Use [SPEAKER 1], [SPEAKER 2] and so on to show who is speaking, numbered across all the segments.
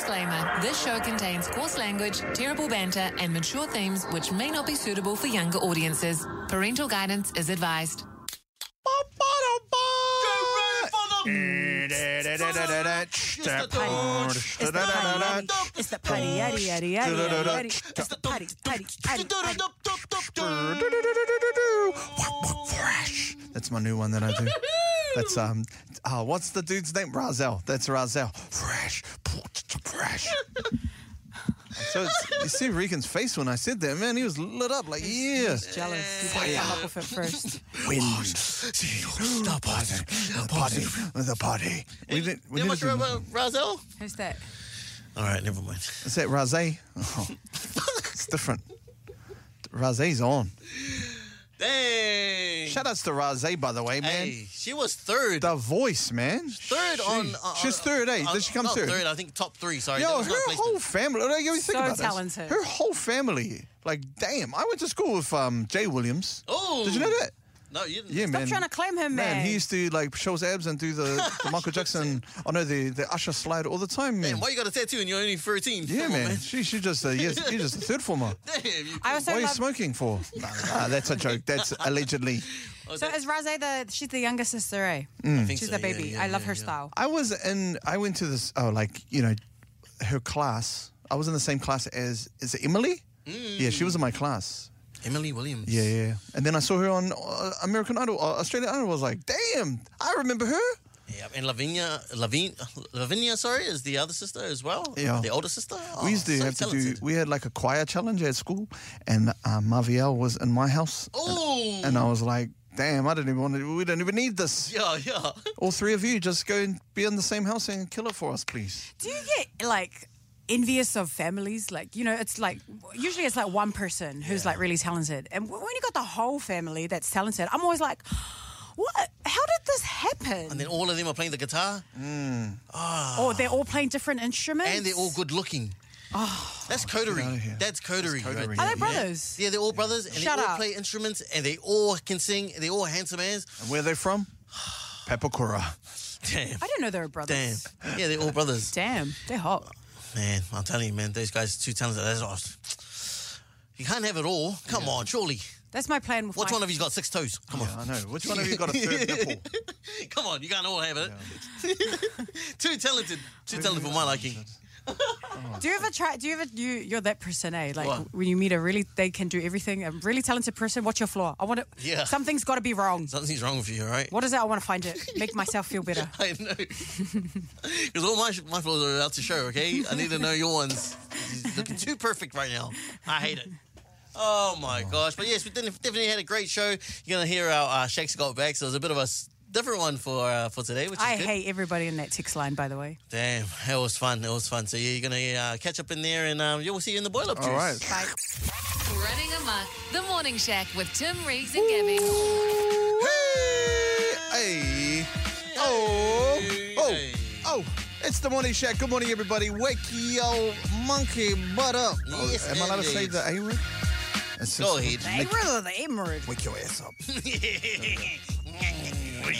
[SPEAKER 1] Disclaimer This show contains coarse language, terrible banter, and mature themes which may not be suitable for younger audiences. Parental guidance is advised.
[SPEAKER 2] It's the patty, it's the patty, yaddy, yaddy, yaddy, yaddy, yaddy. It's the patty, patty, patty, patty.
[SPEAKER 3] Fresh. That's my new one that I do. That's um, oh, what's the dude's name? Razel. That's Razel. Fresh, fresh. So it's, you see Regan's face when I said that, man. He was lit up like yeah.
[SPEAKER 2] Jealous. He's gotta come up with it first.
[SPEAKER 3] Wind. The party, the party, the party. We didn't. We
[SPEAKER 4] How
[SPEAKER 3] didn't
[SPEAKER 4] much
[SPEAKER 3] do,
[SPEAKER 4] remember Razel?
[SPEAKER 2] Who's that?
[SPEAKER 4] All right, never mind.
[SPEAKER 3] is that Razé? Oh, it's different. Razé's on.
[SPEAKER 4] Dang.
[SPEAKER 3] Shout outs to Razé, by the way, man.
[SPEAKER 4] Hey, she was third.
[SPEAKER 3] The voice, man.
[SPEAKER 4] third on. uh,
[SPEAKER 3] Jeez.
[SPEAKER 4] on-
[SPEAKER 3] She's third, eh?
[SPEAKER 4] on-
[SPEAKER 3] Did she come
[SPEAKER 4] not
[SPEAKER 3] third?
[SPEAKER 4] I think top three. Sorry. that
[SPEAKER 3] Yo,
[SPEAKER 4] was
[SPEAKER 3] her
[SPEAKER 4] not placement.
[SPEAKER 3] whole family. Like, you think
[SPEAKER 2] So
[SPEAKER 3] about this.
[SPEAKER 2] talented.
[SPEAKER 3] Her whole family. Like, damn. I went to school with um, Jay Williams.
[SPEAKER 4] Oh.
[SPEAKER 3] Did you know that?
[SPEAKER 4] No, you didn't.
[SPEAKER 3] Yeah,
[SPEAKER 2] Stop
[SPEAKER 3] man.
[SPEAKER 2] trying to claim him, man.
[SPEAKER 3] Man, he used to like show his abs and do the, the Michael Jackson. I know the the Usher slide all the time, man.
[SPEAKER 4] Damn, why you got a tattoo and you're only 13?
[SPEAKER 3] yeah,
[SPEAKER 4] Come on,
[SPEAKER 3] man. She she just uh, yes, you're just a third former.
[SPEAKER 4] Damn, you.
[SPEAKER 2] I also
[SPEAKER 3] Why are you
[SPEAKER 2] love.
[SPEAKER 3] smoking for? Nah, nah, that's a joke. That's allegedly.
[SPEAKER 2] so is Rose the? She's the younger sister, eh?
[SPEAKER 4] think
[SPEAKER 2] She's
[SPEAKER 4] so,
[SPEAKER 2] the baby.
[SPEAKER 4] yeah, yeah,
[SPEAKER 2] I love
[SPEAKER 4] yeah,
[SPEAKER 2] her
[SPEAKER 4] yeah.
[SPEAKER 2] style.
[SPEAKER 3] I was in. I went to this. Oh, like you know, her class. I was in the same class as is it Emily?
[SPEAKER 4] Mm.
[SPEAKER 3] Yeah, she was in my class.
[SPEAKER 4] Emily Williams.
[SPEAKER 3] Yeah, yeah. And then I saw her on uh, American Idol, uh, Australian Idol. I was like, damn, I remember her.
[SPEAKER 4] Yeah, and Lavinia, Lavin, Lavinia, sorry, is the other sister as well.
[SPEAKER 3] Yeah.
[SPEAKER 4] the older sister.
[SPEAKER 3] we used to
[SPEAKER 4] Oh, so
[SPEAKER 3] have to
[SPEAKER 4] talented.
[SPEAKER 3] do. We had like a choir challenge at school, and uh, Maviel was in my house,
[SPEAKER 4] Oh,
[SPEAKER 3] and I was like, damn, I didn't even want to. We don't even need this.
[SPEAKER 4] yeah, yeah.
[SPEAKER 3] All three of you just go and be in the same house and kill it for us, please.
[SPEAKER 2] Do you get like envious of families? Like you know, it's like usually it's like one person who's like really talented, and w- when you got the whole family that's talented, I'm always like, what? How did this happen?
[SPEAKER 4] And then all of them are playing the guitar,
[SPEAKER 2] or they're all playing different instruments,
[SPEAKER 4] and they're all good looking. Oh, that's coterie.
[SPEAKER 3] outta here.
[SPEAKER 4] That's coterie.
[SPEAKER 3] coterie.
[SPEAKER 4] Right?
[SPEAKER 3] Are
[SPEAKER 2] Are
[SPEAKER 3] Yeah.
[SPEAKER 2] they brothers?
[SPEAKER 4] Yeah, they're all brothers, and
[SPEAKER 2] Shut
[SPEAKER 4] they all
[SPEAKER 2] up.
[SPEAKER 4] play instruments, and they all can sing, and they all handsome as.
[SPEAKER 3] And where are they from? Papakura.
[SPEAKER 4] Damn,
[SPEAKER 2] I didn't know they were
[SPEAKER 4] damn.
[SPEAKER 2] brothers.
[SPEAKER 4] Yeah, they're all brothers.
[SPEAKER 2] Damn, they're hot.
[SPEAKER 4] Man, I'm telling you, man, those guys are too talented. That's awesome. You can't have it all. Come on, surely.
[SPEAKER 2] That's my plan with
[SPEAKER 4] What's
[SPEAKER 2] my-
[SPEAKER 4] one of you's got six toes? Come on.
[SPEAKER 3] I know. Which one of you got a third nipple?
[SPEAKER 4] Come on, you can't all have it. too talented. Too talented for my liking.
[SPEAKER 2] Do you ever try? Do you ever you you're that person, eh? Like
[SPEAKER 4] What?
[SPEAKER 2] when you meet a really they can do everything, a really talented person. What's your flaw? I want to.
[SPEAKER 4] Yeah.
[SPEAKER 2] Something's got to be wrong.
[SPEAKER 4] Something's wrong with you, all right?
[SPEAKER 2] What is it? I want to find it. Make myself feel better.
[SPEAKER 4] I know. Because all my, my flaws are about to show, okay? I need to know your ones. You're looking too perfect right now. I hate it. Oh my gosh. But yes, we did- definitely had a great show. You're going to hear our uh, Shakes Got Back. So it was a bit of a s- different one for uh, for today, which is
[SPEAKER 2] I
[SPEAKER 4] good.
[SPEAKER 2] hate everybody in that text line, by the way.
[SPEAKER 4] Damn, it was fun. It was fun. So yeah, you're going to uh, catch up in there and um, yeah, we'll see you in the boil up juice.
[SPEAKER 3] All right.
[SPEAKER 2] Bye.
[SPEAKER 1] Running Amok, The Morning Shack with Tim Reeves and Gabby.
[SPEAKER 3] Hey, hey, oh, oh,
[SPEAKER 4] Hey.
[SPEAKER 3] oh. It's the morning shack. Good morning, everybody. Wake yo monkey butt up. Oh,
[SPEAKER 4] Yes,
[SPEAKER 3] am I allowed to say
[SPEAKER 4] indeed.
[SPEAKER 3] the A word? It's
[SPEAKER 4] Go
[SPEAKER 3] just-
[SPEAKER 4] ahead.
[SPEAKER 2] They rather the emerald.
[SPEAKER 3] Wake your ass up.
[SPEAKER 2] Good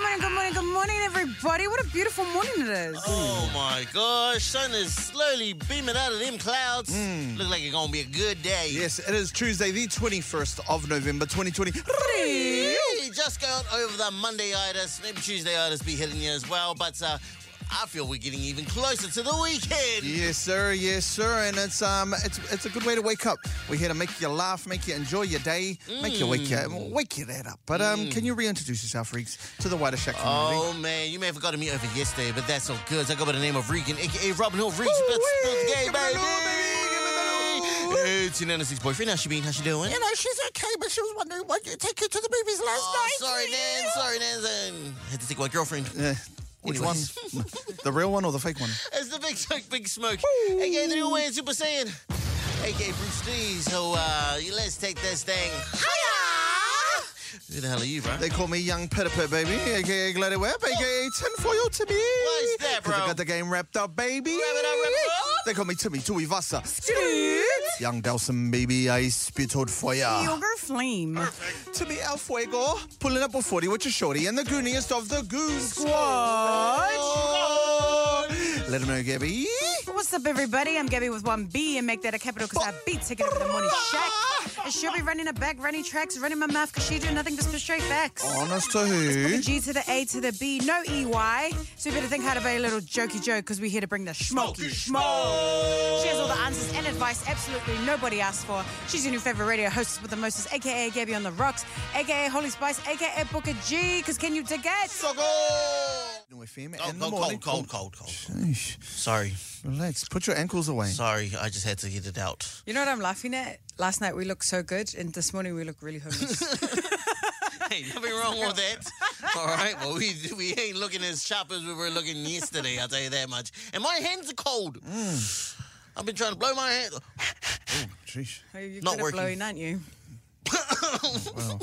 [SPEAKER 2] morning, good morning, good morning, everybody. What a beautiful morning it is.
[SPEAKER 4] Oh my gosh, sun is slowly beaming out of them clouds. Look like it's gonna be a good day.
[SPEAKER 3] Hmm. Yes, it is Tuesday, the 21st of November, 2020.
[SPEAKER 4] Hey, Just going over the Monday itis, maybe Tuesday itis be hitting you as well, but uh, I feel we're getting even closer to the weekend.
[SPEAKER 3] Yes, sir. Yes, sir. And it's um, it's it's a good way to wake up. We're here to make you laugh, make you enjoy your day, make you wake you
[SPEAKER 4] Mm.
[SPEAKER 3] wake you that up. But um, can you reintroduce yourself, Reeks, to the wider Shack community?
[SPEAKER 4] Oh man, you may have forgotten me over yesterday, but that's all good. I go by the name of Regan, aka Robin Hood Regan.
[SPEAKER 3] Ooh,
[SPEAKER 4] That's
[SPEAKER 3] wee,
[SPEAKER 4] gay,
[SPEAKER 3] give me the love, baby, give me the love.
[SPEAKER 4] baby. It's your Nana's ex-boyfriend. How's she been? How's she doing?
[SPEAKER 3] You know, she's okay, but she was wondering why you take her to the movies last
[SPEAKER 4] Oh, sorry, Nan. Sorry, Nan. I had to take my girlfriend.
[SPEAKER 3] Which
[SPEAKER 4] Anyways.
[SPEAKER 3] one? the real one or the fake one?
[SPEAKER 4] It's the Big Smoke, Big Smoke. AKA the new way Super Saiyan. AKA Bruce Lee. So, uh, let's take this thing. Hiya! Who the hell are you, bro?
[SPEAKER 3] They call me Young Pettifer, baby, aka Glady Web, aka Tinfoil Timmy. Why
[SPEAKER 4] is that, bro?
[SPEAKER 3] I got the game wrapped up, baby.
[SPEAKER 4] it up, wrap it up.
[SPEAKER 3] They call me Timmy Tui Vasa. Young Dawson, baby, I spit out
[SPEAKER 4] Ah.
[SPEAKER 3] fire.
[SPEAKER 2] Yogurt flame.
[SPEAKER 3] Timmy El Fuego, pulling up a 40 with your shorty and the gooniest of the goon squad. Let them know, Gabby.
[SPEAKER 2] What's up, everybody? I'm Gabby with one B, and make that a capital because I beat taking over the morning shack. And she'll be running her back, running tracks, running my mouth because she do nothing but spit straight facts.
[SPEAKER 4] Oh.
[SPEAKER 3] Honest to who?
[SPEAKER 2] The G to the A to the B, no EY. So you better think how to be a little jokey joke because we're here to bring the smoky smoke. She has all the answers and advice absolutely nobody asked for. She's your new favorite radio host with the mostest, aka Gabby on the Rocks, aka Holy Spice, aka Booker G. Because can you dig it?
[SPEAKER 4] Suckle! Oh,
[SPEAKER 3] FM
[SPEAKER 4] cold,
[SPEAKER 3] in the morning.
[SPEAKER 4] cold, cold, cold, cold.
[SPEAKER 3] Sheesh.
[SPEAKER 4] Sorry,
[SPEAKER 3] Relax. Put your ankles away.
[SPEAKER 4] sorry. I just had to get it out.
[SPEAKER 2] You know what I'm laughing at? Last night we looked so good, and this morning we look really homeless.
[SPEAKER 4] Hey, nothing wrong with that. All right, well, we we ain't looking as sharp as we were looking yesterday. I'll tell you that much. And my hands are cold.
[SPEAKER 3] Mm.
[SPEAKER 4] I've been trying to blow my hands.
[SPEAKER 3] Sheesh.
[SPEAKER 2] You're
[SPEAKER 4] Not
[SPEAKER 2] good at
[SPEAKER 4] working.
[SPEAKER 2] blowing, aren't you?
[SPEAKER 3] Wow.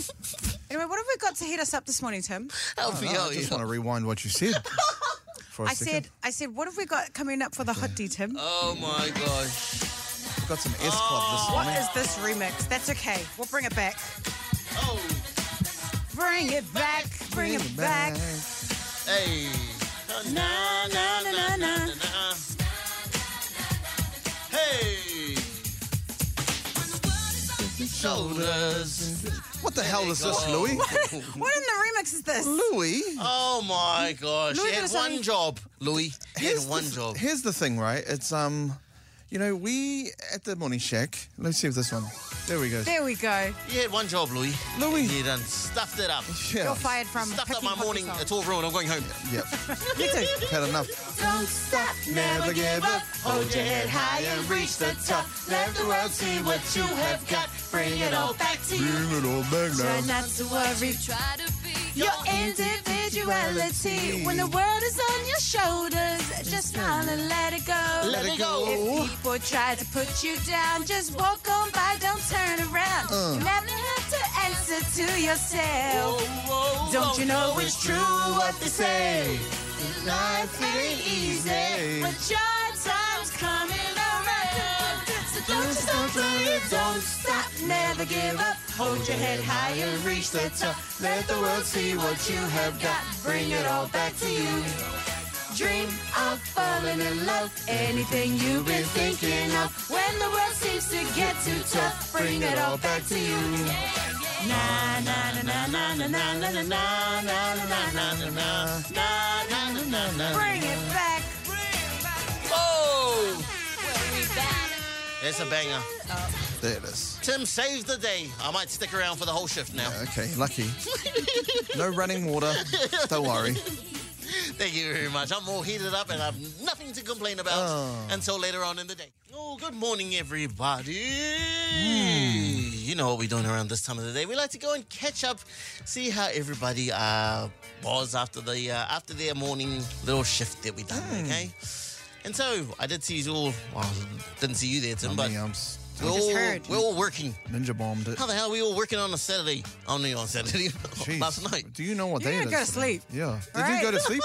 [SPEAKER 2] Anyway, what have we got to heat us up this morning, Tim?
[SPEAKER 4] Help me
[SPEAKER 3] Oh, No,
[SPEAKER 4] out.
[SPEAKER 3] I just
[SPEAKER 4] yeah.
[SPEAKER 3] want to rewind what you said. For a
[SPEAKER 2] I said, I said, what have we got coming up for the hot D, Tim?
[SPEAKER 4] Oh my gosh.
[SPEAKER 3] I've got some S Club this
[SPEAKER 2] "Oh, What
[SPEAKER 3] morning.
[SPEAKER 2] is this remix? That's okay. We'll bring it back.
[SPEAKER 4] Oh,
[SPEAKER 2] Bring it back. Bring it back.
[SPEAKER 4] hey.
[SPEAKER 2] Na, na, na, na, na.
[SPEAKER 4] Hey. Oh, Shoulders.
[SPEAKER 3] What the hell is this,
[SPEAKER 4] go.
[SPEAKER 3] Louis?
[SPEAKER 2] What in the remix is this?
[SPEAKER 3] Louis?
[SPEAKER 4] Oh my gosh.
[SPEAKER 2] Louis
[SPEAKER 4] He had
[SPEAKER 2] Vuitton.
[SPEAKER 4] one job, Louis. He had one
[SPEAKER 3] the,
[SPEAKER 4] job.
[SPEAKER 3] Here's the thing, right? It's um, you know, we at the Morning Shack. Let's see if this one. There we go.
[SPEAKER 2] There we go.
[SPEAKER 4] He had one job, Louis.
[SPEAKER 3] Louis.
[SPEAKER 4] He done stuffed it up.
[SPEAKER 3] Yeah.
[SPEAKER 2] You're fired from
[SPEAKER 4] Stuffed up
[SPEAKER 2] picking
[SPEAKER 4] my
[SPEAKER 2] hot
[SPEAKER 4] morning.
[SPEAKER 2] songs.
[SPEAKER 4] It's all ruined. I'm going home.
[SPEAKER 3] Yep.
[SPEAKER 2] You too.
[SPEAKER 3] Had enough. Don't stop, never give up. Hold your head high and reach the top. Let the world see what you have got. Bring it all back to you. Bring it all back
[SPEAKER 2] Try
[SPEAKER 3] now.
[SPEAKER 2] not to worry.
[SPEAKER 5] Try to be
[SPEAKER 2] Your individuality. When the world is on your shoulders, just smile and let it go.
[SPEAKER 4] Let it go.
[SPEAKER 2] If people try to put you down, just walk on by, don't turn around.
[SPEAKER 4] Uh.
[SPEAKER 2] You never have to answer to yourself. Don't you know it's true what they say? Life ain't easy, but your time's coming around. So don't you stop playing, don't stop, never give up. Hold your head high and reach the top. Let the world see what you have got. Bring it all back to you. Dream of falling in love, anything you've been thinking of. When the world seems to get too tough, bring it all back to you. Na na na na na na na na na na na na na. Bring it back.
[SPEAKER 4] Oh,
[SPEAKER 5] back.
[SPEAKER 4] that's a banger.
[SPEAKER 3] There it is.
[SPEAKER 4] Tim saved the day. I might stick around for the whole shift now.
[SPEAKER 3] Okay, lucky. No running water. Don't worry.
[SPEAKER 4] Thank you very much. I'm all heated up and I've nothing to complain about until later on in the day. Oh, good morning, everybody. You know what we're doing around this time of the day. We like to go and catch up, see how everybody uh, was after the uh, after their morning little shift that we done. Okay. And so I did see you all. Well, didn't see you there, Tim, but
[SPEAKER 3] Mummy arms.
[SPEAKER 4] we're all,
[SPEAKER 2] heard.
[SPEAKER 4] we're all working.
[SPEAKER 3] um, Ninja bombed it.
[SPEAKER 4] How the hell are we all working on a Saturday? Only on Saturday
[SPEAKER 3] Jeez.
[SPEAKER 4] last night.
[SPEAKER 3] Do you know what
[SPEAKER 2] You
[SPEAKER 3] day it
[SPEAKER 2] didn't
[SPEAKER 3] is?
[SPEAKER 2] go to
[SPEAKER 3] today?
[SPEAKER 2] sleep.
[SPEAKER 3] Yeah. Did you
[SPEAKER 2] Right.
[SPEAKER 3] go to sleep?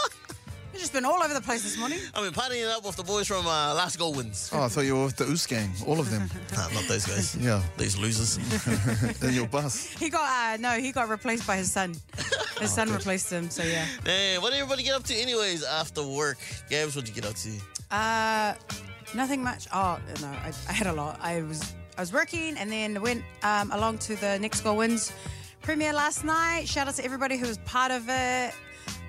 [SPEAKER 2] You've just been all over the place this morning.
[SPEAKER 4] I've been partying it up with the boys from uh, Last Gold Wins.
[SPEAKER 3] Oh, I thought you were with the Oos gang. All of them.
[SPEAKER 4] Nah, not those guys.
[SPEAKER 3] Yeah.
[SPEAKER 4] These losers.
[SPEAKER 3] In your bus.
[SPEAKER 2] He got uh, no, he got replaced by his son. His son replaced him, so yeah.
[SPEAKER 4] hey, what did everybody get up to anyways after work? Gabs, what'd you get up to?
[SPEAKER 2] Uh, nothing much. Oh no, I, I had a lot. I was I was working and then went um, along to the Next Goal Wins premiere last night. Shout out to everybody who was part of it.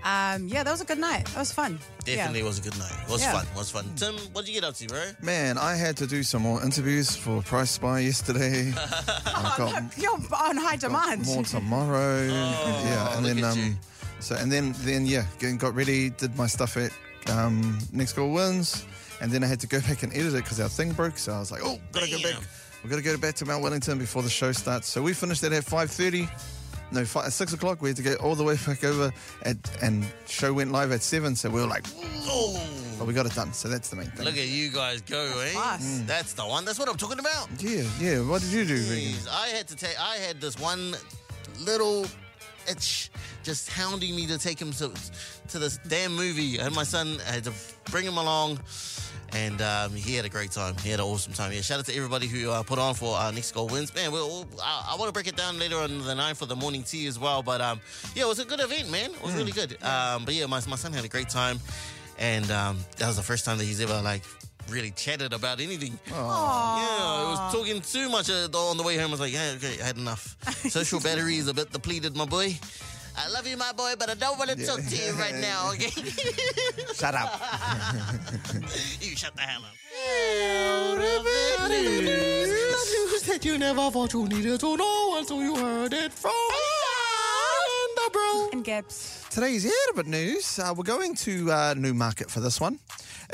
[SPEAKER 2] Um, yeah, that was a good night. That was fun.
[SPEAKER 4] Definitely
[SPEAKER 2] Yeah.
[SPEAKER 4] was a good night. It was
[SPEAKER 2] Yeah. Hmm.
[SPEAKER 4] fun. was fun. Tim, what'd you get up to, bro?
[SPEAKER 3] Man, I had to do some more interviews for Price Spy yesterday. I've got
[SPEAKER 2] Look, you're on high demand.
[SPEAKER 3] more tomorrow. yeah, and
[SPEAKER 4] Oh, look
[SPEAKER 3] then
[SPEAKER 4] at
[SPEAKER 3] um,
[SPEAKER 4] you.
[SPEAKER 3] so and then then yeah, g- got ready, did my stuff at um, Next Goal Wins, and then I had to go back and edit it because our thing broke. So I was like, oh, gotta go
[SPEAKER 4] Damn.
[SPEAKER 3] back. We gotta go back to Mount Wellington before the show starts. So we finished that at five thirty. No, five, six o'clock. We had to go all the way back over, at, and show went live at seven. So we were
[SPEAKER 2] Hmm.
[SPEAKER 3] like,
[SPEAKER 4] Oh,
[SPEAKER 3] "But we got it done." So that's the main thing.
[SPEAKER 4] look at you guys go, eh?
[SPEAKER 2] fast. Mm.
[SPEAKER 4] That's the one. That's what I'm talking about.
[SPEAKER 3] yeah, yeah. What did you do, Regan?
[SPEAKER 4] Jeez, I had to take. I had this one little itch just hounding me to take him to, to this damn movie. And my son I had to bring him along, and um, he had a great time. He had an awesome time. Yeah, shout out to everybody who uh, put on for our next goal wins. Man, we'll, I, I want to break it down later on in the night for the morning tea as well. But um, yeah, it was a good event, man. It was really good. Um, but yeah, my, my son had a great time. and um, that was the first time that he's ever like really chatted about anything. Yeah, I was talking too much uh, though on the way home. I was like, yeah, okay, I had enough. Social battery is a bit depleted, my boy. I love you, my boy, but I don't want to talk to you right now, okay?
[SPEAKER 3] Shut up.
[SPEAKER 4] you shut the hell up. News that you never thought you needed to know until you heard it from the bro.
[SPEAKER 2] And Gabs.
[SPEAKER 3] Today's Erebit news. Uh, we're going to uh, Newmarket for this one.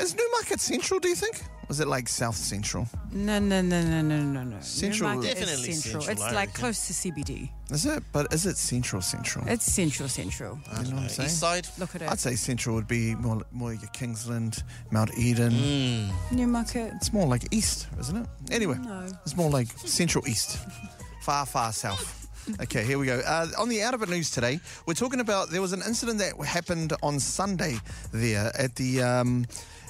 [SPEAKER 3] Is Newmarket central, do you think? Was it like South Central?
[SPEAKER 2] No, no, no, no, no, no, no.
[SPEAKER 3] Central-
[SPEAKER 2] Newmarket is
[SPEAKER 4] Definitely
[SPEAKER 2] central.
[SPEAKER 4] central,
[SPEAKER 2] It's
[SPEAKER 4] I
[SPEAKER 2] like
[SPEAKER 4] reckon.
[SPEAKER 2] close to CBD.
[SPEAKER 3] Is it? But is it central central?
[SPEAKER 2] It's central, central.
[SPEAKER 3] you know what I'm saying?
[SPEAKER 4] East side.
[SPEAKER 2] Look at
[SPEAKER 3] I'd
[SPEAKER 2] it.
[SPEAKER 3] say central would be more, more your Kingsland, Mount Eden.
[SPEAKER 2] Newmarket.
[SPEAKER 3] It's more like east, isn't it? Anyway,
[SPEAKER 2] No.
[SPEAKER 3] it's more like central east, far, far south. Okay, here we go. Uh, on the Out of It news today, we're talking about there was an incident that happened on Sunday there at the um,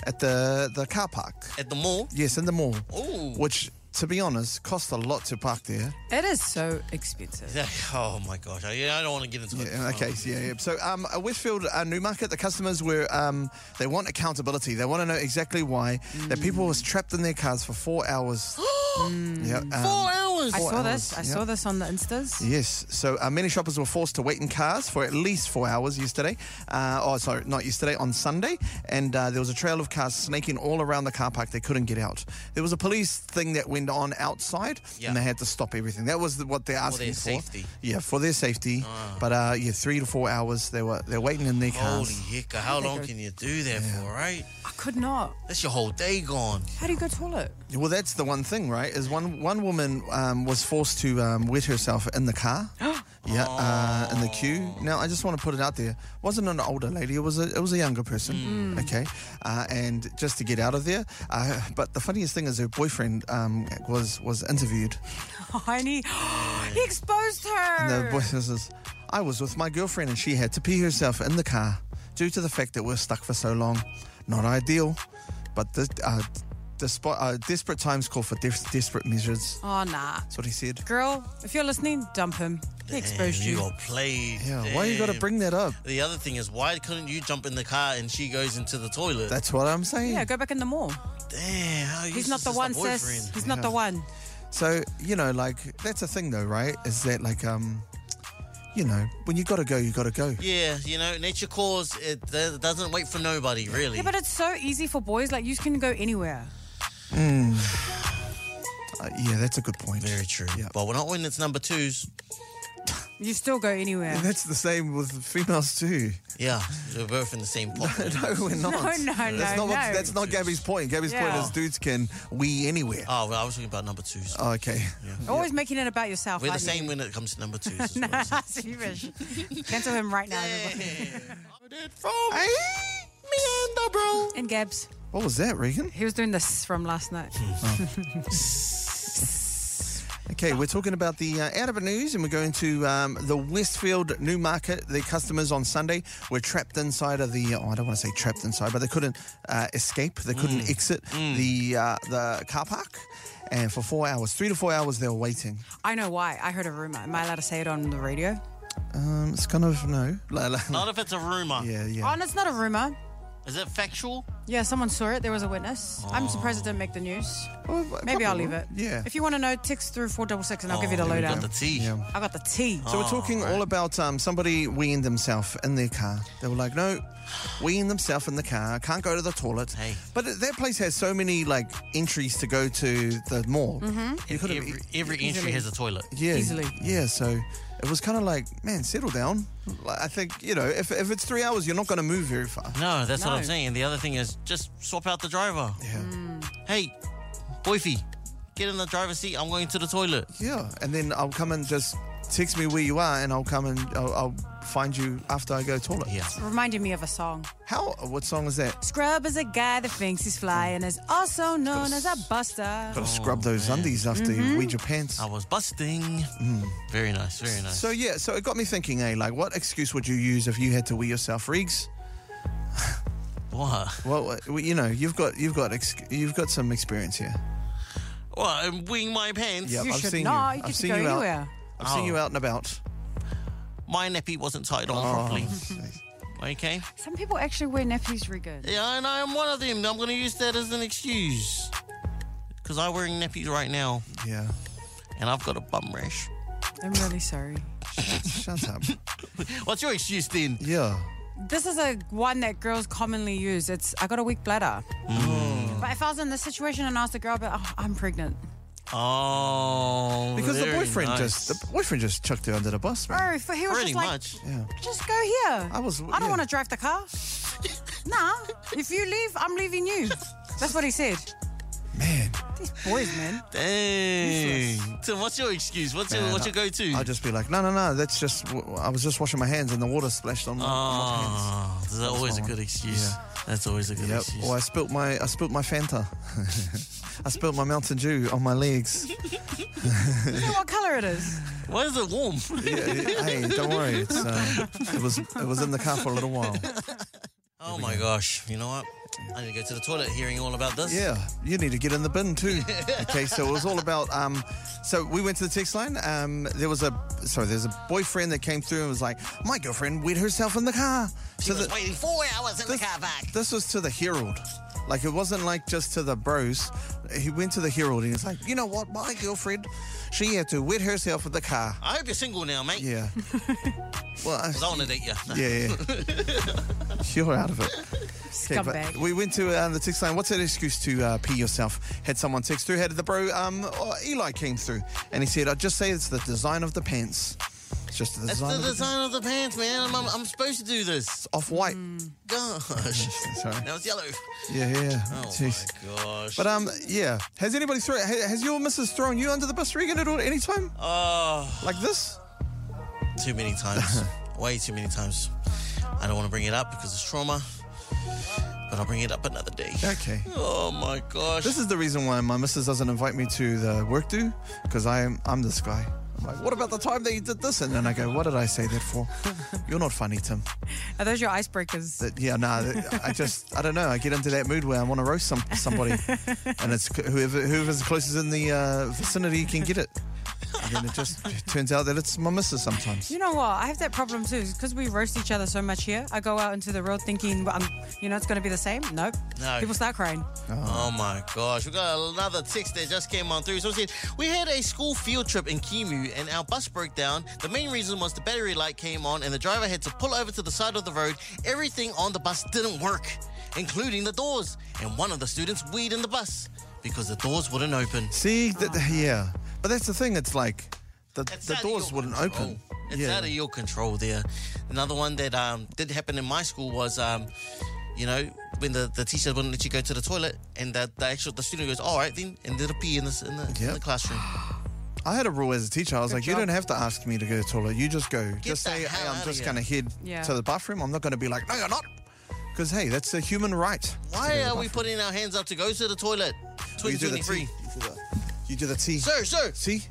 [SPEAKER 3] at the the car park.
[SPEAKER 4] At the mall.
[SPEAKER 3] Yes, in the mall.
[SPEAKER 4] Ooh.
[SPEAKER 3] Which, to be honest, cost a lot to park there.
[SPEAKER 2] It is so expensive.
[SPEAKER 4] Yeah, Oh my gosh! I, yeah, I don't want to get into
[SPEAKER 3] Yeah,
[SPEAKER 4] it.
[SPEAKER 3] okay, yeah, yeah. So, um, at Westfield uh, Newmarket, the customers were um, they want accountability. They want to know exactly why that
[SPEAKER 4] Mm.
[SPEAKER 3] people was trapped in their cars for four hours. yeah, um,
[SPEAKER 4] Four hours.
[SPEAKER 2] I
[SPEAKER 3] Four
[SPEAKER 2] saw
[SPEAKER 3] hours,
[SPEAKER 2] this. I
[SPEAKER 3] yeah.
[SPEAKER 2] saw this on the Instas.
[SPEAKER 3] Yes. So uh, many shoppers were forced to wait in cars for at least four hours yesterday. Uh, oh, sorry, not yesterday, on Sunday. And uh, there was a trail of cars snaking all around the car park. They couldn't get out. There was a police thing that went on outside
[SPEAKER 4] Yeah.
[SPEAKER 3] and they had to stop everything. That was the, what they're asking for.
[SPEAKER 4] their safety. Ah.
[SPEAKER 3] Yeah, for their safety. But uh, yeah, three to four hours they were they're waiting in their
[SPEAKER 4] Holy
[SPEAKER 3] cars.
[SPEAKER 4] hicka! How long can you do that for, right?
[SPEAKER 2] I could not.
[SPEAKER 4] That's your whole day gone.
[SPEAKER 2] How do you go toilet?
[SPEAKER 3] Well, that's the one thing, right? Is one one woman um, was forced to um, wet herself in the car, yeah, uh, in the queue. Now, I just want to put it out there: wasn't an older lady; it was a it was a younger person, okay. Uh, and just to get out of there, uh, but the funniest thing is her boyfriend um, was was interviewed.
[SPEAKER 2] Tiny. he exposed her.
[SPEAKER 3] And the boyfriend says, "I was with my girlfriend, and she had to pee herself in the car due to the fact that we're stuck for so long. Not ideal, but the." Uh, Despite, uh, desperate times call for des- desperate measures.
[SPEAKER 2] oh, nah.
[SPEAKER 3] That's what he said.
[SPEAKER 2] Girl, if you're listening, dump him. He
[SPEAKER 4] Damn,
[SPEAKER 2] exposed
[SPEAKER 4] you
[SPEAKER 2] you.
[SPEAKER 4] got played.
[SPEAKER 3] Yeah, why you got to
[SPEAKER 4] Damn.
[SPEAKER 3] bring that up?
[SPEAKER 4] The other thing is, why couldn't you jump in the car and she goes into the toilet?
[SPEAKER 3] That's what I'm saying.
[SPEAKER 2] Yeah, go back in the mall.
[SPEAKER 4] Damn, how
[SPEAKER 2] He's not the one, sis. He's not the one.
[SPEAKER 3] So you know, like that's the thing, though, right? Is that like, um, you know, when you got to go, you got to go.
[SPEAKER 4] Yeah, you know, nature calls. It do- doesn't wait for nobody, really.
[SPEAKER 2] Yeah, but it's so easy for boys. Like, you can go anywhere.
[SPEAKER 3] Uh, yeah, that's a good point.
[SPEAKER 4] Very true.
[SPEAKER 3] Yeah.
[SPEAKER 4] But we're not when it's number twos.
[SPEAKER 2] You still go anywhere.
[SPEAKER 3] And that's the same with females too.
[SPEAKER 4] Yeah, we're both in the same pot.
[SPEAKER 3] No, we're not.
[SPEAKER 2] no, no,
[SPEAKER 3] that's not
[SPEAKER 2] no.
[SPEAKER 3] that's not Gabby's point. Gabby's
[SPEAKER 2] Yeah.
[SPEAKER 3] point is dudes can wee anywhere.
[SPEAKER 4] Oh, well, I was talking about number twos.
[SPEAKER 3] Oh, okay.
[SPEAKER 2] Always making it about yourself.
[SPEAKER 4] we're the
[SPEAKER 2] aren't you?
[SPEAKER 4] same when it comes to number twos. As well.
[SPEAKER 2] Serious. Cancel him right now, everybody.
[SPEAKER 3] Hey,
[SPEAKER 2] And Gabs,
[SPEAKER 3] What was that, Regan?
[SPEAKER 2] he was doing this from last night.
[SPEAKER 3] Okay, we're talking about the uh, out of it news, and we're going to um, the Westfield Newmarket. The customers on Sunday were trapped inside of the. Oh, I don't want to say trapped inside, but they couldn't uh, escape. They
[SPEAKER 2] Mm.
[SPEAKER 3] couldn't exit the uh, the car park, and for four hours, three to four hours, they were waiting.
[SPEAKER 2] I know why. I heard a rumor. Am I allowed to say it on the radio?
[SPEAKER 3] Um, it's kind of no, la- la-
[SPEAKER 4] Not if it's a rumor.
[SPEAKER 3] yeah,
[SPEAKER 2] Oh,
[SPEAKER 3] yeah.
[SPEAKER 2] no, it's not a rumor.
[SPEAKER 4] Is it factual?
[SPEAKER 2] Yeah, someone saw it. There was a witness.
[SPEAKER 3] Oh.
[SPEAKER 2] I'm surprised it didn't make the news.
[SPEAKER 3] Well,
[SPEAKER 2] Maybe
[SPEAKER 3] probably
[SPEAKER 2] I'll leave
[SPEAKER 3] will.
[SPEAKER 2] it.
[SPEAKER 3] Yeah.
[SPEAKER 2] If you want to know, text through 466 and I'll give you the
[SPEAKER 4] Oh,
[SPEAKER 2] lowdown.
[SPEAKER 4] got the tea.
[SPEAKER 3] Yeah.
[SPEAKER 2] I got the tea.
[SPEAKER 3] So we're talking all about um, somebody weeing themselves in their car. They were like, no, weeing themselves in the car. Can't go to the toilet.
[SPEAKER 4] Hey.
[SPEAKER 3] But th- that place has so many like entries to go to the mall. Mm-hmm. You could have,
[SPEAKER 4] Every, every entry has a toilet.
[SPEAKER 3] yeah,
[SPEAKER 2] easily.
[SPEAKER 3] yeah. So it was kind of like, man, settle down. Like, I think you know, if, if it's three hours, you're not going to move very far.
[SPEAKER 4] No, that's what I'm
[SPEAKER 2] No.
[SPEAKER 4] saying. And the other thing is just swap out the driver.
[SPEAKER 3] Yeah,
[SPEAKER 4] Hey, boyfie, get in the driver's seat. I'm going to the toilet.
[SPEAKER 3] yeah. And then I'll come and just text me where you are, and I'll come and I'll, I'll find you after I go toilet.
[SPEAKER 4] Yeah.
[SPEAKER 2] Reminded me of a song.
[SPEAKER 3] How? What song is that?
[SPEAKER 2] Scrub is a guy that thinks he's fly and is also known as a buster.
[SPEAKER 3] Gotta scrub those undies after you weed your pants.
[SPEAKER 4] I was busting. Mm, Very nice, very nice.
[SPEAKER 3] So yeah, so it got me thinking, eh? Like, what excuse would you use if you had to wee yourself, Riggs?
[SPEAKER 4] what?
[SPEAKER 3] Well, uh, well, you know, you've got you've got ex- you've got some experience here.
[SPEAKER 4] What? I'm winging my pants.
[SPEAKER 3] Yeah,
[SPEAKER 2] You
[SPEAKER 3] I've
[SPEAKER 2] should
[SPEAKER 3] seen
[SPEAKER 2] not.
[SPEAKER 3] you.
[SPEAKER 2] You
[SPEAKER 3] I've
[SPEAKER 2] could
[SPEAKER 3] seen
[SPEAKER 2] go
[SPEAKER 3] you
[SPEAKER 2] anywhere.
[SPEAKER 4] Oh.
[SPEAKER 3] out. I've seen you out and about.
[SPEAKER 4] My nappy wasn't tied on
[SPEAKER 3] Oh,
[SPEAKER 4] properly.
[SPEAKER 3] see.
[SPEAKER 4] Okay.
[SPEAKER 2] Some people actually wear nappies really good.
[SPEAKER 4] Yeah, and I am one of them. I'm going to use that as an excuse. Because I'm wearing nappies right now
[SPEAKER 3] Yeah.
[SPEAKER 4] and I've got a bum rash.
[SPEAKER 2] I'm really sorry.
[SPEAKER 3] Shut up.
[SPEAKER 4] What's your excuse then?
[SPEAKER 3] Yeah.
[SPEAKER 2] This is a one that girls commonly use. It's I got a weak bladder.
[SPEAKER 3] Mm.
[SPEAKER 2] But if I was in this situation and I asked a girl, but oh, I'm pregnant.
[SPEAKER 4] Oh.
[SPEAKER 3] Because the
[SPEAKER 4] very
[SPEAKER 3] boyfriend
[SPEAKER 4] nice.
[SPEAKER 3] just the boyfriend just chucked her under the bus, man.
[SPEAKER 2] Oh, for he was
[SPEAKER 4] Pretty
[SPEAKER 2] just like,
[SPEAKER 4] much.
[SPEAKER 3] Yeah.
[SPEAKER 2] just go here.
[SPEAKER 3] I was-
[SPEAKER 2] I don't
[SPEAKER 3] yeah.
[SPEAKER 2] want to drive the car. nah, if you leave, I'm leaving you. That's what he said.
[SPEAKER 3] Man.
[SPEAKER 2] These boys, man.
[SPEAKER 4] Dang. Tim, what's your excuse? What's your,
[SPEAKER 3] Man,
[SPEAKER 4] what's your go to?
[SPEAKER 3] I'll just be like, no, no, no. That's just w- I was just washing my hands and the water splashed on my my hands.
[SPEAKER 4] Oh, that's always a
[SPEAKER 3] my
[SPEAKER 4] good
[SPEAKER 3] one.
[SPEAKER 4] excuse.
[SPEAKER 3] Yeah.
[SPEAKER 4] That's always a good
[SPEAKER 3] Yep.
[SPEAKER 4] excuse.
[SPEAKER 3] Or I spilt my I spilt my Fanta. I spilt my Mountain Dew on my legs.
[SPEAKER 2] You know what colour it is?
[SPEAKER 4] Why is it warm?
[SPEAKER 3] Yeah, yeah, hey, don't worry. It's, uh, it was it was in the car for a little while.
[SPEAKER 4] oh my gosh. You know what? I need to go to the toilet hearing all about this.
[SPEAKER 3] Yeah, you need to get in the bin too. Okay, so it was all about. Um, so we went to the text line. Um, there was a sorry, there's a boyfriend that came through and was like, my girlfriend wet herself in the car.
[SPEAKER 4] She
[SPEAKER 3] So
[SPEAKER 4] was
[SPEAKER 3] the-
[SPEAKER 4] waiting four hours in the car park.
[SPEAKER 3] This was to the Herald. Like it wasn't like just to the bros. He went to the Herald and he's like, you know what, my girlfriend, she had to wet herself with the car.
[SPEAKER 4] I hope you're single now, mate.
[SPEAKER 3] Yeah. well, I,
[SPEAKER 4] 'Cause I want to date you.
[SPEAKER 3] yeah, yeah. You're out of it. Okay, but
[SPEAKER 2] Scumbag.
[SPEAKER 3] we went to uh, the text line. What's an excuse to uh, pee yourself? Had someone text through. Had the bro um, uh, Eli came through and he said, "I just say it's the design of the pants. It's just the
[SPEAKER 4] That's
[SPEAKER 3] design,
[SPEAKER 4] the
[SPEAKER 3] of the
[SPEAKER 4] design of the pants, man. I'm, I'm, I'm supposed to do this.
[SPEAKER 3] off white."
[SPEAKER 4] Hmm. Gosh.
[SPEAKER 3] Sorry.
[SPEAKER 4] Now it's yellow.
[SPEAKER 3] Yeah, yeah.
[SPEAKER 4] Oh
[SPEAKER 3] Jeez.
[SPEAKER 4] my gosh.
[SPEAKER 3] But um, yeah. Has anybody thrown? Has, has your missus thrown you under the bus, Regan, at all, any time?
[SPEAKER 4] oh,
[SPEAKER 3] Like this?
[SPEAKER 4] too many times. Way too many times. I don't want to bring it up because it's trauma. But I'll bring it up another day.
[SPEAKER 3] Okay.
[SPEAKER 4] Oh my gosh.
[SPEAKER 3] This is the reason why my missus doesn't invite me to the work do, because I'm I'm this guy. I'm like, what about the time that you did this? And then I go, what did I say that for? You're not funny, Tim.
[SPEAKER 2] Are those your icebreakers?
[SPEAKER 3] That yeah, nah. that- I just I don't know. I get into that mood where I want to roast some somebody, and it's c- whoever whoever's closest in the uh, vicinity can get it. And then it just turns out that it's my missus sometimes.
[SPEAKER 2] You know what? I have that problem too. Because we roast each other so much here, I go out into the world thinking, well, I'm, you know, it's going to be the same. Nope.
[SPEAKER 4] No.
[SPEAKER 2] People start crying.
[SPEAKER 4] Oh my gosh, we got another text that just came on through. So it said, We had a school field trip in Kimu and our bus broke down. The main reason was the battery light came on and the driver had to pull over to the side of the road. Everything on the bus didn't work, including the doors. And one of the students weed in the bus because the doors wouldn't open.
[SPEAKER 3] See, that,
[SPEAKER 2] Ah.
[SPEAKER 3] yeah, but that's the thing. It's like the,
[SPEAKER 4] It's
[SPEAKER 3] the
[SPEAKER 4] out of
[SPEAKER 3] doors
[SPEAKER 4] your
[SPEAKER 3] wouldn't
[SPEAKER 4] control.
[SPEAKER 3] open.
[SPEAKER 4] It's out of your control there. Another one that um, did happen in my school was, um, you know, when the, the teacher wouldn't let you go to the toilet, and the, the actual the student goes, "All right then," and did a pee in the s- in the, in
[SPEAKER 3] Yep.
[SPEAKER 4] the classroom.
[SPEAKER 3] I had a rule as a teacher. I was like, you don't have to ask me to go to the toilet. You just go. just
[SPEAKER 4] the
[SPEAKER 3] say, hey,
[SPEAKER 4] hell
[SPEAKER 3] I'm
[SPEAKER 4] outta
[SPEAKER 3] just
[SPEAKER 4] here."
[SPEAKER 3] going to head
[SPEAKER 2] Yeah.
[SPEAKER 3] to the bathroom. I'm not going to be like, no, you're not. Because, hey, that's a human right. to go to
[SPEAKER 4] Why
[SPEAKER 3] the
[SPEAKER 4] are we
[SPEAKER 3] bathroom.
[SPEAKER 4] putting our hands up to go to the toilet?
[SPEAKER 3] You do the
[SPEAKER 4] 2023.
[SPEAKER 3] T. You do the- You do the T.
[SPEAKER 4] Sir, sir,
[SPEAKER 3] T?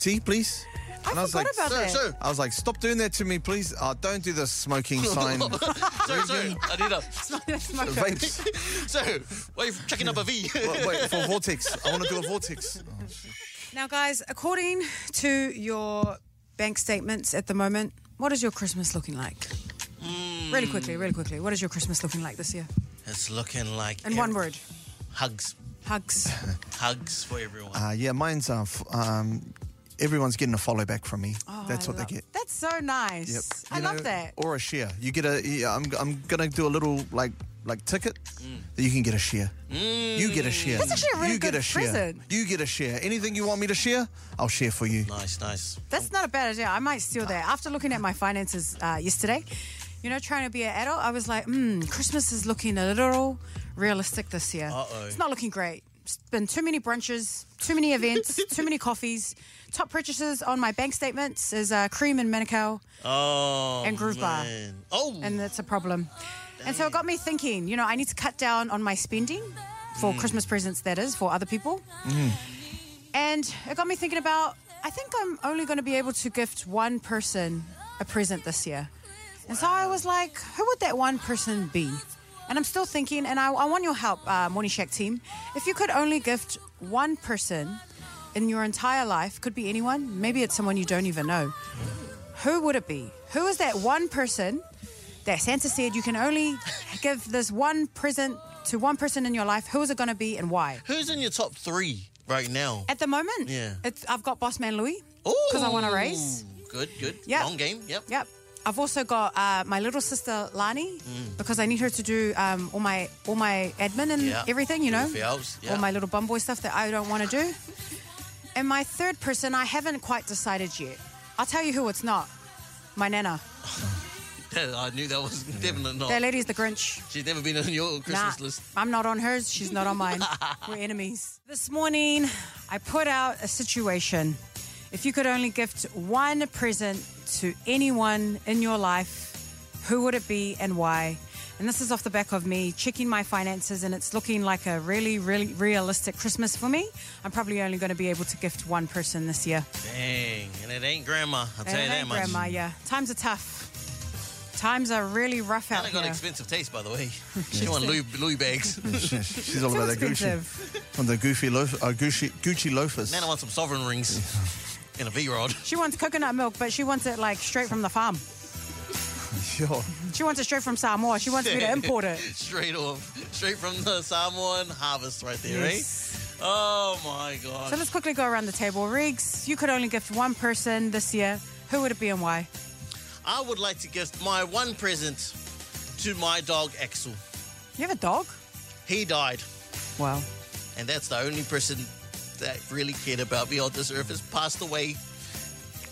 [SPEAKER 3] T, please?
[SPEAKER 2] I
[SPEAKER 3] And I was
[SPEAKER 2] forgot
[SPEAKER 3] like,
[SPEAKER 2] about
[SPEAKER 4] sir,
[SPEAKER 2] that.
[SPEAKER 4] sir,
[SPEAKER 3] I was like, stop doing that to me, please. Oh, don't do the smoking sign.
[SPEAKER 4] sir, sir. I need a
[SPEAKER 2] That's my joke.
[SPEAKER 3] Vapes.
[SPEAKER 4] sir. Why are you checking up a V?
[SPEAKER 3] Wait, wait, for Vortex. I want to do a Vortex. Oh, shit.
[SPEAKER 2] Now, guys, according to your bank statements at the moment, what is your Christmas looking like?
[SPEAKER 3] Hmm.
[SPEAKER 2] Really quickly, really quickly. What is your Christmas looking like this year?
[SPEAKER 4] it's looking like
[SPEAKER 2] In one word,
[SPEAKER 4] hugs,
[SPEAKER 2] hugs.
[SPEAKER 4] hugs for everyone.
[SPEAKER 3] Uh, yeah, mine's uh, f- um, everyone's getting a follow back from me. that's
[SPEAKER 2] Oh, I
[SPEAKER 3] what
[SPEAKER 2] love-
[SPEAKER 3] they get.
[SPEAKER 2] That's so nice.
[SPEAKER 3] Yep.
[SPEAKER 2] I
[SPEAKER 3] You
[SPEAKER 2] love
[SPEAKER 3] know,
[SPEAKER 2] that.
[SPEAKER 3] Or a share. You get a. Yeah, I'm. I'm gonna do a little like like ticket that you can get a share. You get a share.
[SPEAKER 2] Mm. That's actually a really
[SPEAKER 3] you get
[SPEAKER 2] good
[SPEAKER 3] a share.
[SPEAKER 2] present.
[SPEAKER 3] You get a share. Anything you want me to share, I'll share for you.
[SPEAKER 4] Nice, nice.
[SPEAKER 2] That's not a bad idea. I might steal that. After looking at my finances uh, yesterday, you know, trying to be an adult, I was like, hmm, Christmas is looking a little realistic this year.
[SPEAKER 4] Uh-oh.
[SPEAKER 2] It's not looking great. It's been too many brunches, too many events, too many coffees. Top purchases on my bank statements is uh, cream and Manukau,
[SPEAKER 4] Oh,
[SPEAKER 2] And groove bar.
[SPEAKER 4] man. Oh,
[SPEAKER 2] and that's a problem. And so it got me thinking, you know, I need to cut down on my spending for Christmas presents, that is, for other people. And it got me thinking about I think I'm only going to be able to gift one person a present this year. And so I was like, who would that one person be? And I'm still thinking, and I, I want your help, uh, Morning Shack team. If you could only gift one person in your entire life, could be anyone, maybe it's someone you don't even know, who would it be? Who is that one person that Santa said you can only give this one present to one person in your life. Who is it going to be and why?
[SPEAKER 4] Who's in your top three right now?
[SPEAKER 2] At the moment,
[SPEAKER 4] Yeah.
[SPEAKER 2] it's, I've got Boss Man Louis.
[SPEAKER 4] Oh,
[SPEAKER 2] 'cause I wanna race.
[SPEAKER 4] Good, good.
[SPEAKER 2] Yep.
[SPEAKER 4] Long game. Yep.
[SPEAKER 2] Yep. I've also got uh, my little sister Lani
[SPEAKER 4] Mm.
[SPEAKER 2] because I need her to do um, all my all my admin and
[SPEAKER 4] Yeah.
[SPEAKER 2] everything, you know,
[SPEAKER 4] Everything else, yeah.
[SPEAKER 2] all my little bum boy stuff that I don't want to do. and my third person, I haven't quite decided yet. I'll tell you who it's not. My nana.
[SPEAKER 4] I knew that was definitely
[SPEAKER 2] That
[SPEAKER 4] not.
[SPEAKER 2] lady's the Grinch.
[SPEAKER 4] She's never been on your Christmas
[SPEAKER 2] Nah,
[SPEAKER 4] list.
[SPEAKER 2] I'm not on hers. She's not on mine. We're enemies. This morning, I put out a situation. If you could only gift one present to anyone in your life, who would it be and why? And this is off the back of me checking my finances, and it's looking like a really, really realistic Christmas for me. I'm probably only going to be able to gift one person this year.
[SPEAKER 4] Dang, and it ain't grandma. I'll tell you
[SPEAKER 2] And
[SPEAKER 4] that much.
[SPEAKER 2] grandma, yeah. Times are tough. Times are really rough out
[SPEAKER 4] Anna got
[SPEAKER 2] here.
[SPEAKER 4] expensive taste, by the way. She won Louis, Louis bags.
[SPEAKER 3] She- She's all
[SPEAKER 2] Too
[SPEAKER 3] about that Gucci.
[SPEAKER 2] expensive.
[SPEAKER 3] From the goofy loaf, uh, Gucci, Gucci loafers.
[SPEAKER 4] Nana wants some sovereign rings and a V-rod.
[SPEAKER 2] She wants coconut milk, but she wants it like straight from the farm.
[SPEAKER 3] Sure.
[SPEAKER 2] She wants it straight from Samoa. She wants me to import it.
[SPEAKER 4] Straight off, straight from the Samoan harvest right there,
[SPEAKER 2] Yes.
[SPEAKER 4] eh? Oh my
[SPEAKER 2] So
[SPEAKER 4] gosh.
[SPEAKER 2] let's quickly go around the table. Riggs, you could only gift one person this year. Who would it be and why?
[SPEAKER 4] I would like to give my one present to my dog Axel.
[SPEAKER 2] You have a dog?
[SPEAKER 4] He died,
[SPEAKER 2] Well,
[SPEAKER 4] and that's the only person that really cared about me on this earth has passed away.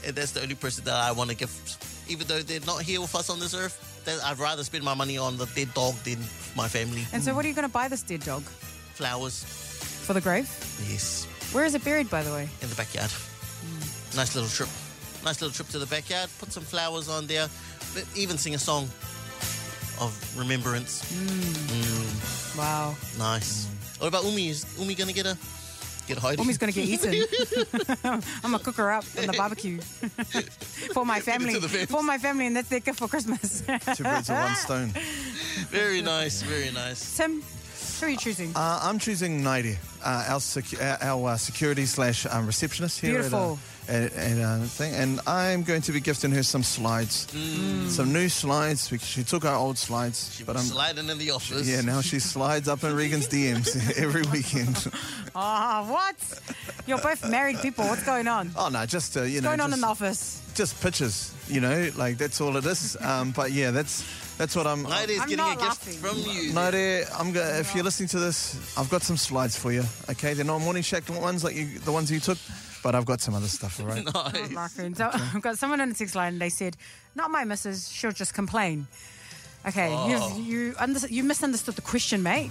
[SPEAKER 4] And that's the only person that I want to gift. Even though they're not here with us on this earth, that I'd rather spend my money on the dead dog than my family.
[SPEAKER 2] and so what are you going to buy this dead dog
[SPEAKER 4] Flowers,
[SPEAKER 2] for the grave?
[SPEAKER 4] yes.
[SPEAKER 2] Where is it buried, by the way?
[SPEAKER 4] in the backyard.
[SPEAKER 3] Mm.
[SPEAKER 4] Nice little trip. Nice little trip to the backyard. Put some flowers on there. but Even sing a song of remembrance.
[SPEAKER 3] Mm.
[SPEAKER 2] Wow.
[SPEAKER 4] Nice. What about Umi? Is Umi going to get a get Heidi?
[SPEAKER 2] Umi's going to get eaten. I'm going to cook her up on the barbecue for my family.
[SPEAKER 4] the fence.
[SPEAKER 2] For my family, and that's their gift for Christmas.
[SPEAKER 3] Two birds with one stone.
[SPEAKER 4] very nice. Very nice.
[SPEAKER 2] Tim, who are you choosing?
[SPEAKER 3] Uh, I'm choosing Nadia, uh, our, secu- our, our uh, security slash um, receptionist here
[SPEAKER 2] Beautiful.
[SPEAKER 3] at, a, at, at a thing, and I'm going to be gifting her some slides, some new slides. because She took our old slides,
[SPEAKER 4] She
[SPEAKER 3] but
[SPEAKER 4] was
[SPEAKER 3] I'm.
[SPEAKER 4] sliding in the office.
[SPEAKER 3] Yeah, now she slides up in Regan's DMs every weekend.
[SPEAKER 2] Ah, what? You're both married people. What's going on?
[SPEAKER 3] Oh no, just uh, you know,
[SPEAKER 2] going on
[SPEAKER 3] just,
[SPEAKER 2] in the office?
[SPEAKER 3] just pictures. You know, like that's all it is. Um, but yeah, that's that's what I'm.
[SPEAKER 4] Nadia is
[SPEAKER 2] I'm
[SPEAKER 4] getting a
[SPEAKER 2] not
[SPEAKER 4] gift
[SPEAKER 2] laughing.
[SPEAKER 4] from you.
[SPEAKER 3] Nadia, I'm go- if you're listening to this, I've got some slides for you. Okay, they're not morning shack ones like you, the ones you took, but I've got some other stuff. All right.
[SPEAKER 4] Nice.
[SPEAKER 2] laughing. So I've got someone on the text line and they said, "Not my missus. She'll just complain." Okay,
[SPEAKER 4] Oh.
[SPEAKER 2] you've, you under- you misunderstood the question, mate.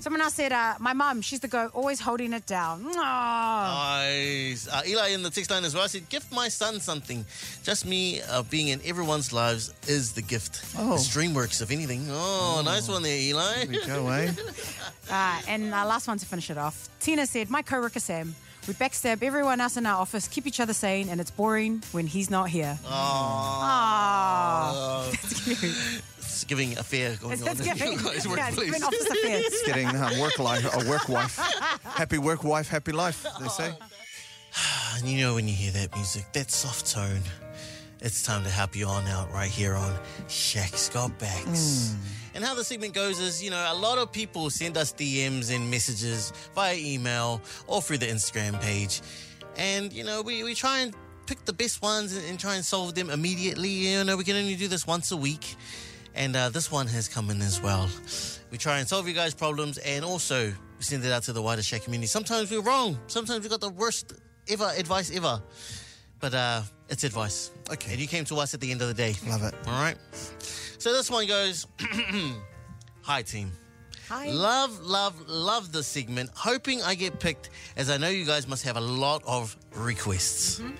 [SPEAKER 2] Someone else said, uh, "My mum. She's the go, always holding it down." Aw.
[SPEAKER 4] Nice. Uh, Eli in the text line as well said, Gift my son something. Just me uh, being in everyone's lives is the gift.
[SPEAKER 3] Oh.
[SPEAKER 4] It's DreamWorks, if anything. Oh, nice one there, Eli.
[SPEAKER 3] There you go, eh?
[SPEAKER 4] Oh.
[SPEAKER 2] Uh, and our last one to finish it off. Tina said, "My coworker Sam. We backstab everyone else in our office, keep each other sane, and it's boring when he's not here."
[SPEAKER 4] Oh.
[SPEAKER 2] Aww.
[SPEAKER 4] It's giving a fair going
[SPEAKER 2] It's
[SPEAKER 4] on
[SPEAKER 2] it's
[SPEAKER 4] in
[SPEAKER 2] giving.
[SPEAKER 4] your guys'
[SPEAKER 2] Yeah, it's
[SPEAKER 4] workplace.
[SPEAKER 2] giving office affairs.
[SPEAKER 3] Getting uh, work life, a work wife. Happy work wife, happy life. They say.
[SPEAKER 4] And you know when you hear that music, that soft tone, it's time to help you on out right here on Shaq's Got Backs. And how the segment goes is, you know, a lot of people send us DMs and messages via email or through the Instagram page. And, you know, we, we try and pick the best ones and, and try and solve them immediately. You know, we can only do this once a week. And uh, this one has come in as well. We try and solve you guys' problems and also we send it out to the wider Shaq community. Sometimes we're wrong. Sometimes we got the worst ever advice ever. But uh, it's advice.
[SPEAKER 3] Okay.
[SPEAKER 4] And you came to us at the end of the day.
[SPEAKER 3] Love it.
[SPEAKER 4] All right. So this one goes Hi, team.
[SPEAKER 2] Hi.
[SPEAKER 4] Love, love, love this segment. Hoping I get picked, as I know you guys must have a lot of requests.
[SPEAKER 2] Mm-hmm.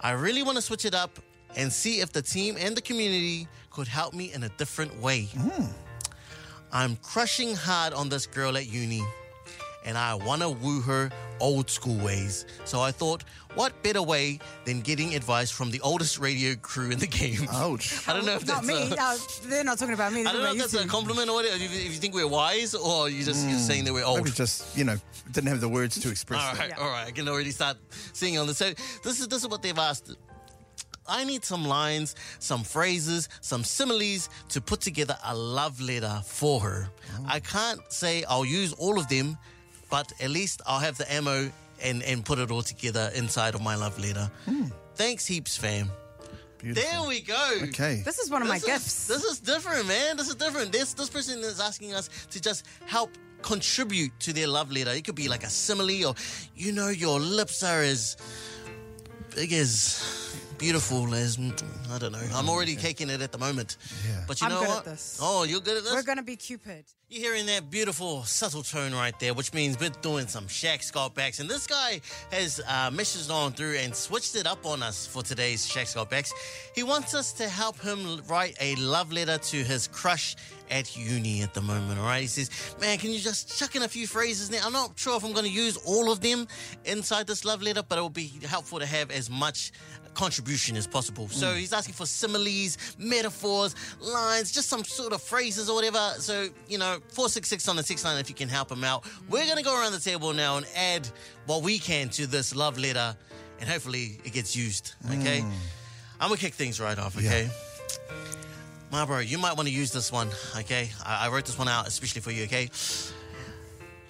[SPEAKER 4] I really want to switch it up and see if the team and the community could help me in a different way.
[SPEAKER 2] Mm.
[SPEAKER 4] I'm crushing hard on this girl at uni, and I want to woo her old school ways. So I thought, what better way than getting advice from the oldest radio crew in the game?
[SPEAKER 3] Ouch.
[SPEAKER 4] I don't know if
[SPEAKER 2] Oh. Not
[SPEAKER 4] that's
[SPEAKER 2] me.
[SPEAKER 4] a-
[SPEAKER 2] No, they're not talking about me.
[SPEAKER 4] I don't know if that's a compliment or what, if you, if you think we're wise or you just, you're saying that we're old.
[SPEAKER 3] Maybe Mm. just, you know, didn't have the words to express
[SPEAKER 4] All
[SPEAKER 3] that.
[SPEAKER 4] right, all right. I can already start singing on this. So this is this is what they've asked. I need some lines, some phrases, some similes to put together a love letter for her.
[SPEAKER 3] Oh.
[SPEAKER 4] I can't say I'll use all of them, but at least I'll have the ammo and, and put it all together inside of my love letter. Thanks heaps, fam.
[SPEAKER 3] Hmm. Beautiful.
[SPEAKER 4] There we go.
[SPEAKER 3] Okay.
[SPEAKER 2] This is one of my
[SPEAKER 4] This is-
[SPEAKER 2] gifts.
[SPEAKER 4] This is different, man. This is different. This this person is asking us to just help contribute to their love letter. It could be like a simile or you know your lips are as big as beautiful as I don't know. I'm already taking it at the moment.
[SPEAKER 3] Yeah.
[SPEAKER 4] But you
[SPEAKER 2] I'm
[SPEAKER 4] know
[SPEAKER 2] good at
[SPEAKER 4] what?
[SPEAKER 2] this.
[SPEAKER 4] Oh, you're good at this?
[SPEAKER 2] We're going to be Cupid.
[SPEAKER 4] You're hearing that beautiful, subtle tone right there, which means we're doing some Shaq Scott backs. And this guy has uh, messaged on through and switched it up on us for today's Shaq Scott backs. He wants us to help him write a love letter to his crush at uni at the moment, all right? He says, Man, can you just chuck in a few phrases now? I'm not sure if I'm going to use all of them inside this love letter, but it will be helpful to have as much contribution as possible. So he's asking for similes, metaphors, lines, just some sort of phrases or whatever. So, you know, 466 on the 6 line if you can help him out. We're going to go around the table now and add what we can to this love letter and hopefully it gets used, okay? I'm going to kick things right off, okay? Marlboro, you might want to use this one, okay? I, I wrote this one out especially for you, okay?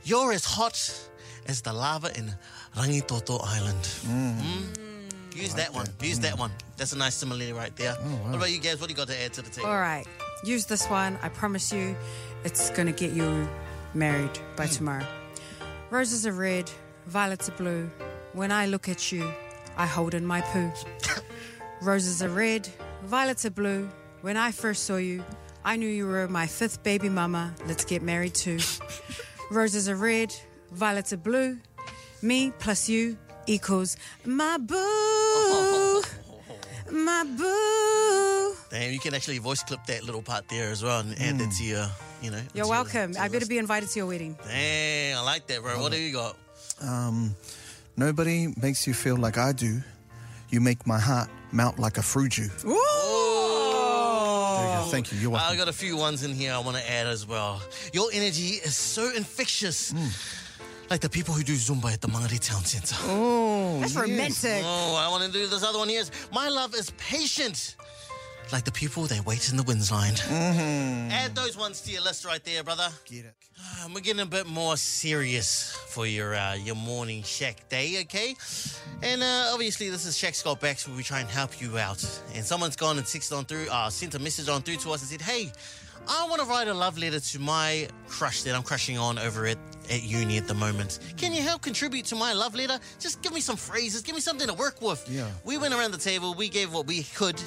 [SPEAKER 4] You're as hot as the lava in Rangitoto Island. Mm. Use that Mm. Oh, one. Use that one. That's a nice simile right there. What about you guys? What do you got to add to the table?
[SPEAKER 2] All right. Use this one. I promise you, it's going to get you married by tomorrow. Roses are red, violets are blue. When I look at you, I hold in my poo. Roses are red, violets are blue. When I first saw you, I knew you were my fifth baby mama. Let's get married too. Roses are red, violets are blue. Me plus you equals my boo. My boo.
[SPEAKER 4] Damn, you can actually voice clip that little part there as well and add that to your, you know.
[SPEAKER 2] You're
[SPEAKER 4] to your-
[SPEAKER 2] welcome.
[SPEAKER 4] to your
[SPEAKER 2] I better
[SPEAKER 4] list.
[SPEAKER 2] be invited to your wedding.
[SPEAKER 4] Damn, I like that, bro. What do you got?
[SPEAKER 3] Nobody makes you feel like I do. You make my heart melt like a fruju. There you go. Thank you. You're welcome.
[SPEAKER 4] Oh. I got a few ones in here I want to add as well. Your energy is so infectious.
[SPEAKER 3] Hmm.
[SPEAKER 4] Like the people who do Zumba at the Mangere Town Centre.
[SPEAKER 2] That's romantic.
[SPEAKER 4] Oh, I want to do this other one here. My love is patient. Like the people that wait in the winds line.
[SPEAKER 3] Mm-hmm.
[SPEAKER 4] Add those ones to your list right there, brother.
[SPEAKER 3] Get it.
[SPEAKER 4] Um, we're getting a bit more serious for your uh, your morning Shack day, okay? And uh, obviously, this is Shack Scott Backs where we try and help you out. And someone's gone and texted on through, uh, sent a message on through to us and said, "Hey, I want to write a love letter to my crush that I'm crushing on over at at uni at the moment. Can you help contribute to my love letter? Just give me some phrases, give me something to work with."
[SPEAKER 3] Yeah.
[SPEAKER 4] We went around the table, we gave what we could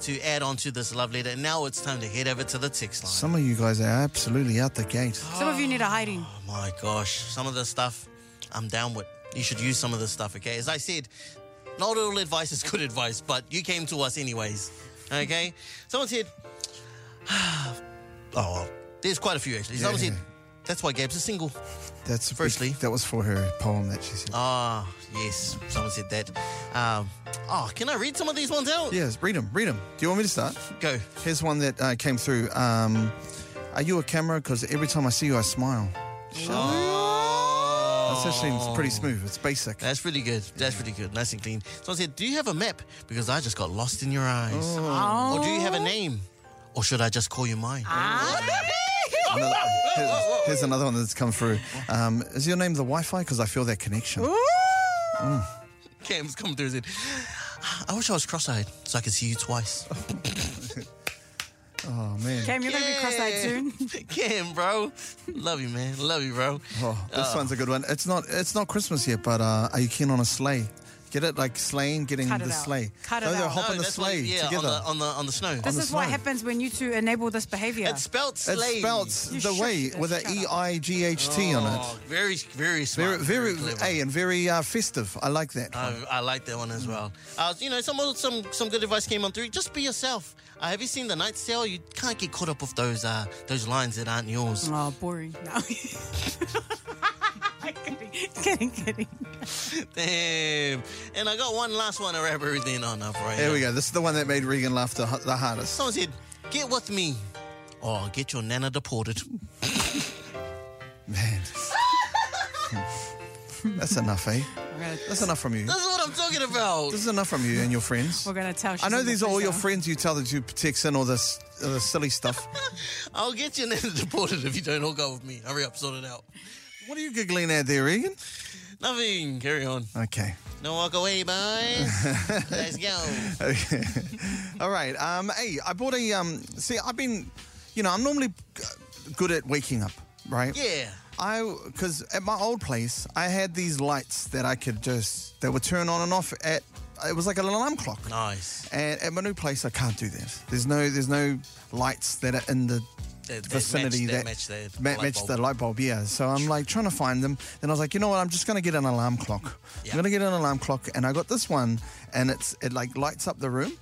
[SPEAKER 4] to add on to this love letter, and now it's time to head over to the text line.
[SPEAKER 3] Some of you guys are absolutely out the gate.
[SPEAKER 2] Some of you need a hiding.
[SPEAKER 4] Oh my gosh, some of this stuff I'm down with. You should use some of this stuff, okay? As I said, not all advice is good advice, but you came to us anyways, okay? Someone said, oh, well, there's quite a few actually. Someone
[SPEAKER 3] Yeah.
[SPEAKER 4] said, that's why Gabs is single.
[SPEAKER 3] That's
[SPEAKER 4] Firstly-
[SPEAKER 3] that was for her poem that she said.
[SPEAKER 4] Ah, yes, someone said that. Um, oh, can I read some of these ones out?
[SPEAKER 3] Yes, read them, read them. Do you want me to start?
[SPEAKER 4] Go.
[SPEAKER 3] Here's one that uh, came through. Um, are you a camera? Because every time I see you, I smile.
[SPEAKER 4] Oh.
[SPEAKER 3] That's actually it's pretty smooth. It's basic.
[SPEAKER 4] That's really good. That's really good. Nice and clean. Someone said, Do you have a map? Because I just got lost in your eyes.
[SPEAKER 2] Oh.
[SPEAKER 4] Or do you have a name? Or should I just call you mine?
[SPEAKER 2] Ah.
[SPEAKER 3] Another- here's, here's another one that's come through. Um, is your name the Wi-Fi? Because I feel that connection.
[SPEAKER 4] Cam's come through and said, I wish I was cross eyed so I could see you twice.
[SPEAKER 3] Oh man.
[SPEAKER 2] Cam, you're going to be cross-eyed soon.
[SPEAKER 4] Cam, bro. Love you, man. Love you, bro. Uh,
[SPEAKER 3] Oh, this one's a good one. It's not it's not Christmas yet, but uh, are you keen on a sleigh? Get it like sleighing, getting
[SPEAKER 2] Cut
[SPEAKER 3] the
[SPEAKER 2] it out.
[SPEAKER 3] sleigh.
[SPEAKER 2] Cut it
[SPEAKER 3] no, they'll
[SPEAKER 2] out.
[SPEAKER 3] hop on the
[SPEAKER 4] that's why-
[SPEAKER 3] sleigh
[SPEAKER 4] yeah, on
[SPEAKER 3] together.
[SPEAKER 4] the, on the on the snow.
[SPEAKER 2] This
[SPEAKER 3] the
[SPEAKER 2] is what
[SPEAKER 3] slide.
[SPEAKER 2] happens when you two enable this behavior.
[SPEAKER 4] it's spelled
[SPEAKER 3] It's
[SPEAKER 4] sleigh.
[SPEAKER 3] spelt
[SPEAKER 2] You
[SPEAKER 3] the
[SPEAKER 2] shut-
[SPEAKER 3] way with an
[SPEAKER 2] shut
[SPEAKER 3] E
[SPEAKER 2] up.
[SPEAKER 3] I G H T on it.
[SPEAKER 4] Oh, very, very
[SPEAKER 3] Very,
[SPEAKER 4] smart.
[SPEAKER 3] very,
[SPEAKER 4] clever. Uh,
[SPEAKER 3] hey, and very uh, festive. I like that.
[SPEAKER 4] I, I like that one as
[SPEAKER 3] Mm.
[SPEAKER 4] well. Uh, you know, some some some good advice came on through. Just be yourself. Uh, have you seen the night sale? You can't get caught up with those uh, those lines that aren't
[SPEAKER 3] Mm.
[SPEAKER 4] yours.
[SPEAKER 2] Oh, boring. No. kidding, kidding, kidding.
[SPEAKER 4] Damn. And I got one last one to wrap everything on up right.
[SPEAKER 3] There we
[SPEAKER 4] now.
[SPEAKER 3] go. This is the one that made Regan laugh the, the hardest.
[SPEAKER 4] Someone said, "Get with me, or I'll get your nana deported."
[SPEAKER 3] Man. That's enough, eh?
[SPEAKER 2] We're gonna,
[SPEAKER 3] That's enough from you.
[SPEAKER 4] This is what I'm talking about.
[SPEAKER 3] This is enough from you and your friends.
[SPEAKER 2] we're gonna tell.
[SPEAKER 3] I
[SPEAKER 2] she's
[SPEAKER 3] know
[SPEAKER 2] in the
[SPEAKER 3] these are all your
[SPEAKER 2] freezer.
[SPEAKER 3] friends you tell that you text in all this, all this silly stuff.
[SPEAKER 4] I'll get you never deported if you don't hook up with me. Hurry up, sort it out.
[SPEAKER 3] what are you giggling at there, Egan?
[SPEAKER 4] Nothing. Carry on.
[SPEAKER 3] Okay.
[SPEAKER 4] Don't walk away, boys. Let's go.
[SPEAKER 3] Okay. All right. Um, hey, I bought a. Um, see, I've been, you know, I'm normally g- good at waking up, right?
[SPEAKER 4] Yeah.
[SPEAKER 3] I because at my old place I had these lights that I could just that would turn on and off at. It was like an alarm clock.
[SPEAKER 4] Nice.
[SPEAKER 3] And at my new place I can't do this. There's no there's no lights that are in the
[SPEAKER 4] That- that
[SPEAKER 3] vicinity
[SPEAKER 4] match- that
[SPEAKER 3] that,
[SPEAKER 4] match the
[SPEAKER 3] ma-
[SPEAKER 4] light
[SPEAKER 3] match
[SPEAKER 4] bulb.
[SPEAKER 3] the light bulb. Yeah. So I'm like trying to find them. Then I was like, you know what? I'm just gonna get an alarm clock.
[SPEAKER 4] Yeah.
[SPEAKER 3] I'm gonna get an alarm clock, and I got this one, and it's it like lights up the room.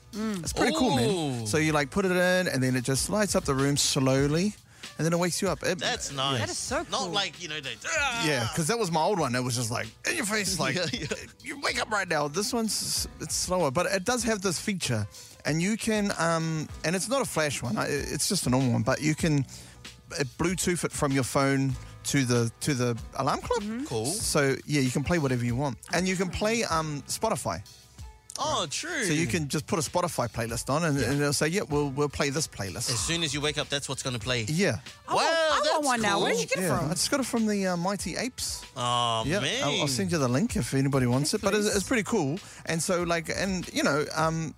[SPEAKER 3] It's pretty cool, man.
[SPEAKER 4] Ooh.
[SPEAKER 3] So you like put it in, and then it just lights up the room slowly, and then it wakes you up. It-
[SPEAKER 4] That's nice.
[SPEAKER 2] That is so cool.
[SPEAKER 4] Not like, you know, they. "Ah."
[SPEAKER 3] yeah, because that was my old one. It was just like in your face, like
[SPEAKER 4] Uh. Yeah, yeah.
[SPEAKER 3] you wake up right now. This one's it's slower, but it does have this feature, and you can um, and it's not a flash one. I- It's just a normal one, but you can uh, Bluetooth it from your phone to the to the alarm clock.
[SPEAKER 4] Cool.
[SPEAKER 3] So yeah, you can play whatever you want, and you can play um, Spotify.
[SPEAKER 4] Oh, true.
[SPEAKER 3] So
[SPEAKER 2] Mm.
[SPEAKER 3] you can just put a Spotify playlist on, and, and it'll say, "Yeah, we'll we'll play this playlist."
[SPEAKER 4] As soon as you wake up, that's what's going to play.
[SPEAKER 3] yeah,
[SPEAKER 2] I want-
[SPEAKER 4] Wow,
[SPEAKER 2] Oh, I want
[SPEAKER 4] that's
[SPEAKER 2] one now. Where
[SPEAKER 4] cool.
[SPEAKER 2] did you get it
[SPEAKER 3] yeah.
[SPEAKER 2] from?
[SPEAKER 3] I just got it from the uh, Mighty Apes.
[SPEAKER 4] Oh,
[SPEAKER 3] Yeah,
[SPEAKER 4] man.
[SPEAKER 3] I'll, I'll send you the link if anybody wants it. But it's,
[SPEAKER 2] please.
[SPEAKER 3] it's pretty cool. And so, like, and you know, um,